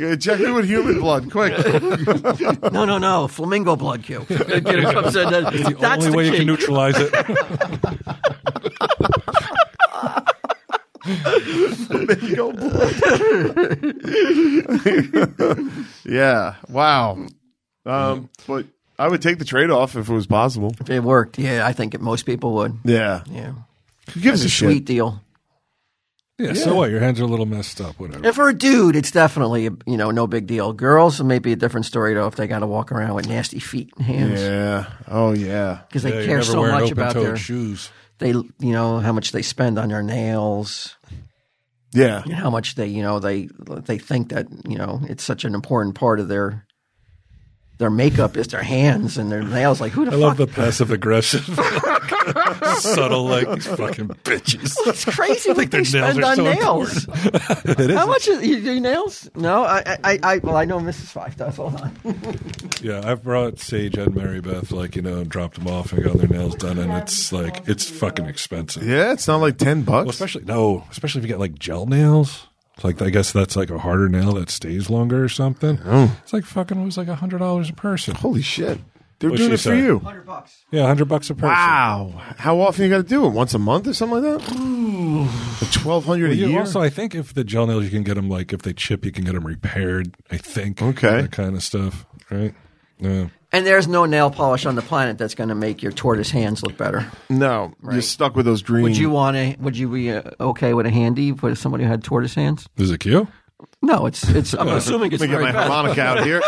S3: You inject it with human blood, quick.
S4: No, no, no, flamingo blood cue. And Gideon comes in, and
S1: It's the
S4: that's
S1: only way
S4: the
S1: you
S4: key.
S1: can neutralize it.
S3: Go blue. yeah. Wow. Um, but I would take the trade off if it was possible.
S4: If it worked, yeah, I think it, most people would.
S3: Yeah.
S4: Yeah,
S3: Who gives a,
S4: sweet
S3: shit?
S4: deal.
S1: Yeah, so what? Your hands are a little messed up, whatever.
S4: And for a dude, it's definitely you know no big deal. Girls, it may be a different story though if they got to walk around with nasty feet and hands.
S3: Yeah. Oh yeah.
S4: because
S1: Yeah,
S4: they
S1: you're
S4: care
S1: never
S4: so
S1: wearing
S4: much
S1: open-toed
S4: about their
S1: shoes.
S4: they you know how much they spend on their nails
S3: Yeah.
S4: and how much they you know they they think that you know it's such an important part of their their makeup is their hands and their nails. Like who the
S1: I
S4: fuck?
S1: love the passive aggressive, subtle, like these fucking bitches.
S4: it's crazy what
S1: think their
S4: they spend
S1: nails are
S4: on
S1: so
S4: nails. How much is you do nails? No, I, I- I, I, well, I know Mrs. Five does. Hold on.
S1: Yeah, I've brought Sage and Mary Beth, like you know, and dropped them off and got their nails done, and it's like it's fucking expensive.
S3: Yeah, it's not like 10 bucks.
S1: Well, especially no, especially if you get like gel nails. It's like I guess that's like a harder nail that stays longer or something.
S3: Oh.
S1: It's like fucking it was like a hundred dollars a person.
S3: Holy shit. They're
S1: What'd
S3: doing
S1: she
S3: it for
S1: say?
S3: you.
S4: Hundred bucks.
S1: Yeah, hundred bucks a person.
S3: Wow. How often you got to do it? Once a month or something like that? Like 1200 a
S1: You
S3: year?
S1: also, I think if the gel nails, you can get them like if they chip, you can get them repaired. I think.
S3: Okay.
S1: That kind of stuff, right? Yeah.
S4: And there's no nail polish on the planet that's going to make your tortoise hands look better.
S3: no. You're stuck with those green.
S4: Would you want a? Would you be uh, okay with a handy for somebody who had tortoise hands?
S1: Is it cute?
S4: No, it's it's. uh, I'm assuming it's
S3: Let me get
S4: very
S3: my
S4: bad.
S3: harmonica out here.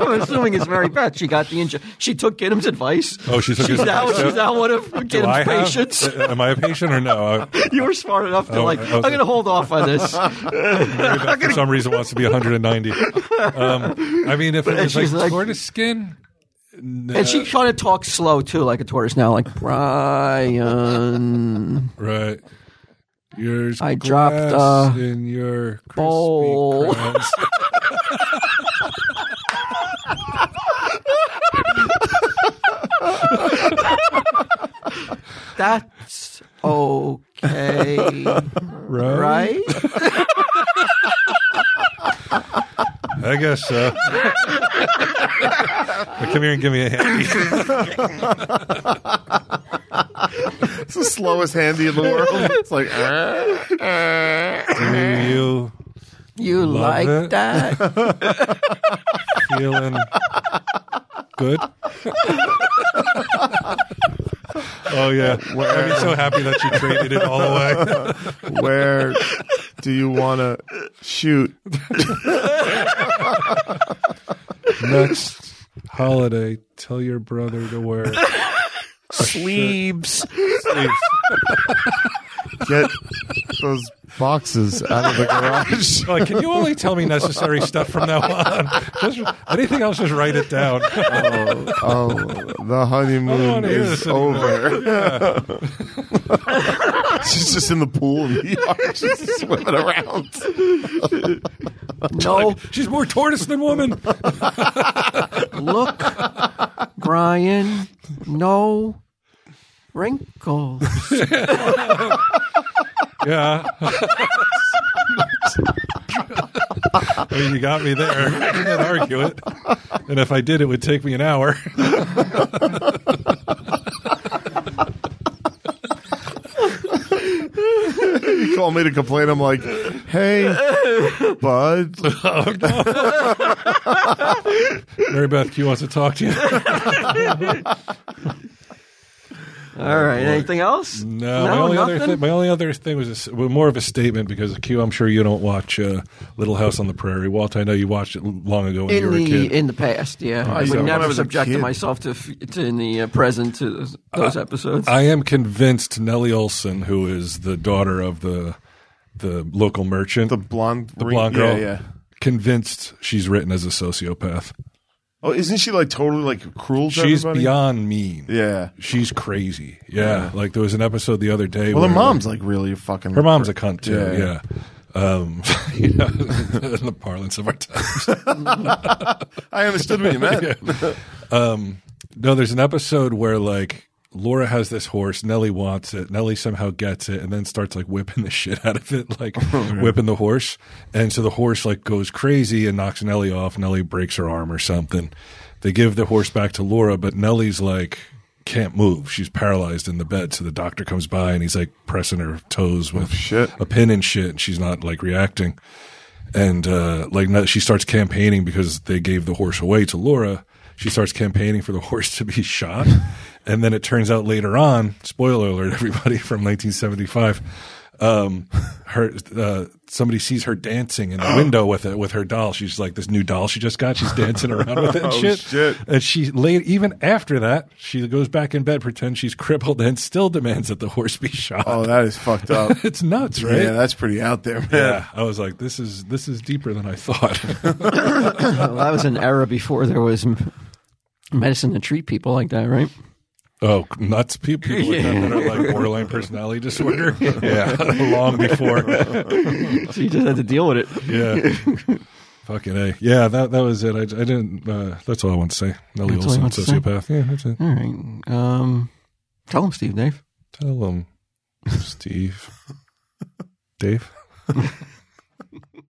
S4: I'm assuming it's very bad. She got the inju- She took Ginnam's advice.
S1: Oh, she took
S4: she's
S1: his
S4: now
S1: advice,
S4: she's
S1: yeah.
S4: now one of
S1: Do I
S4: Ginnam's
S1: have- Uh,
S4: patients.
S1: Am I a patient or no? Uh, I,
S4: You were smart enough to
S1: Oh,
S4: like.
S1: I was
S4: I'm going to
S1: like-
S4: hold off on this.
S1: Mary Beth, for some reason wants to be 190. Um, I mean, if it was like,
S4: she's like-
S1: tortoise skin, no,
S4: And she kind of talks slow too, like a tortoise now. Like Brian,
S1: right? Yours
S4: I dropped,
S1: glass
S4: uh,
S1: in your crispy
S4: bowl.
S1: crust.
S4: that's okay,
S1: right?
S4: right?
S1: I guess so. But come here and give me a hand.
S3: It's the slowest handy in the world. It's like, ah.
S1: Do you
S4: You like
S1: it.
S4: that?
S1: feeling good? oh yeah, I'd be so happy that you traded it all away.
S3: where do you want to shoot?
S1: Next holiday, tell your brother to wear
S3: Sleeves.
S1: sleeves.
S3: Get those boxes out of the garage.
S1: Like, can you only tell me necessary stuff from now on? Just, anything else, just write it down.
S3: oh, oh, the
S1: don't
S3: honeymoon
S1: wanna hear
S3: is
S1: this anymore.
S3: over. She's just in the pool in the yard. She's swimming around.
S4: No,
S1: She's more tortoise than woman.
S4: look, Brian, no wrinkles.
S1: Yeah. I mean, you got me there. I can't argue it. And if I did, it would take me an hour.
S3: You call me to complain. I'm like, hey, bud.
S1: Mary Beth Q wants to talk to you.
S4: All right. Anything else?
S1: Oh, No, my only other
S4: nothing?
S1: thing, my only other thing was a s well, more of a statement because Q. I'm sure you don't watch uh, Little House on the Prairie, Walt. I know you watched it long ago when you
S4: in
S1: were a
S4: the
S1: kid. Oh,
S4: in the past, yeah, I
S1: so-
S4: would
S1: When I
S4: never
S3: was a
S4: subjected
S3: kid.
S4: myself to, f- to in the uh, present to those,
S1: Uh,
S4: those episodes.
S1: I am convinced Nellie Olson, who is the daughter of the the local merchant,
S3: The blonde,
S1: the blonde girl,
S3: Yeah, yeah.
S1: convinced she's written as a sociopath.
S3: Oh, isn't she like totally like cruel? To
S1: She's
S3: everybody?
S1: beyond mean.
S3: Yeah.
S1: She's crazy. Yeah. Like there was an episode the other day.
S3: Well, her
S1: where,
S3: mom's like really fucking.
S1: her mom's a cunt too.
S3: Yeah.
S1: Yeah. Um, you know, in the parlance of our time.
S3: I understood what you meant.
S1: Um, No, there's an episode where like Laura has this horse, Nellie wants it, Nellie somehow gets it, and then starts like whipping the shit out of it, like
S3: Oh,
S1: whipping the horse. And so the horse like goes crazy and knocks Nellie off. Nellie breaks her arm or something. They give the horse back to Laura, but Nellie's like can't move. She's paralyzed in the bed. So the doctor comes by and he's like pressing her toes with
S3: Oh, shit.
S1: a pin and shit, and she's not like reacting and uh, like no- she starts campaigning because they gave the horse away to Laura. She starts campaigning for the horse to be shot, and then it turns out later on, spoiler alert, everybody from 1975, um, her uh, somebody sees her dancing in the window with it with her doll. She's like this new doll she just got. She's dancing around with it and
S3: Oh,
S1: shit.
S3: shit.
S1: And she late even after that, she goes back in bed, pretends she's crippled, and still demands that the horse be shot.
S3: Oh, that is fucked up.
S1: it's nuts, right?
S3: Yeah, that's pretty out there, man.
S1: yeah, I was like, this is this is deeper than I thought.
S4: Well, that was an era before there was m- medicine to treat people like that, right?
S1: Oh, nuts! Pe- People like that that are like borderline personality disorder. Yeah, long before.
S4: So you just had to deal with it.
S1: Yeah, fucking a. Yeah, that that was it. I, I didn't. Uh, that's all I want to say. Nellie
S4: That's all
S1: Olson,
S4: you want to say?
S1: sociopath. Yeah, that's it.
S4: All right. Um, tell them, Steve, Dave.
S1: Tell him, Steve, Dave.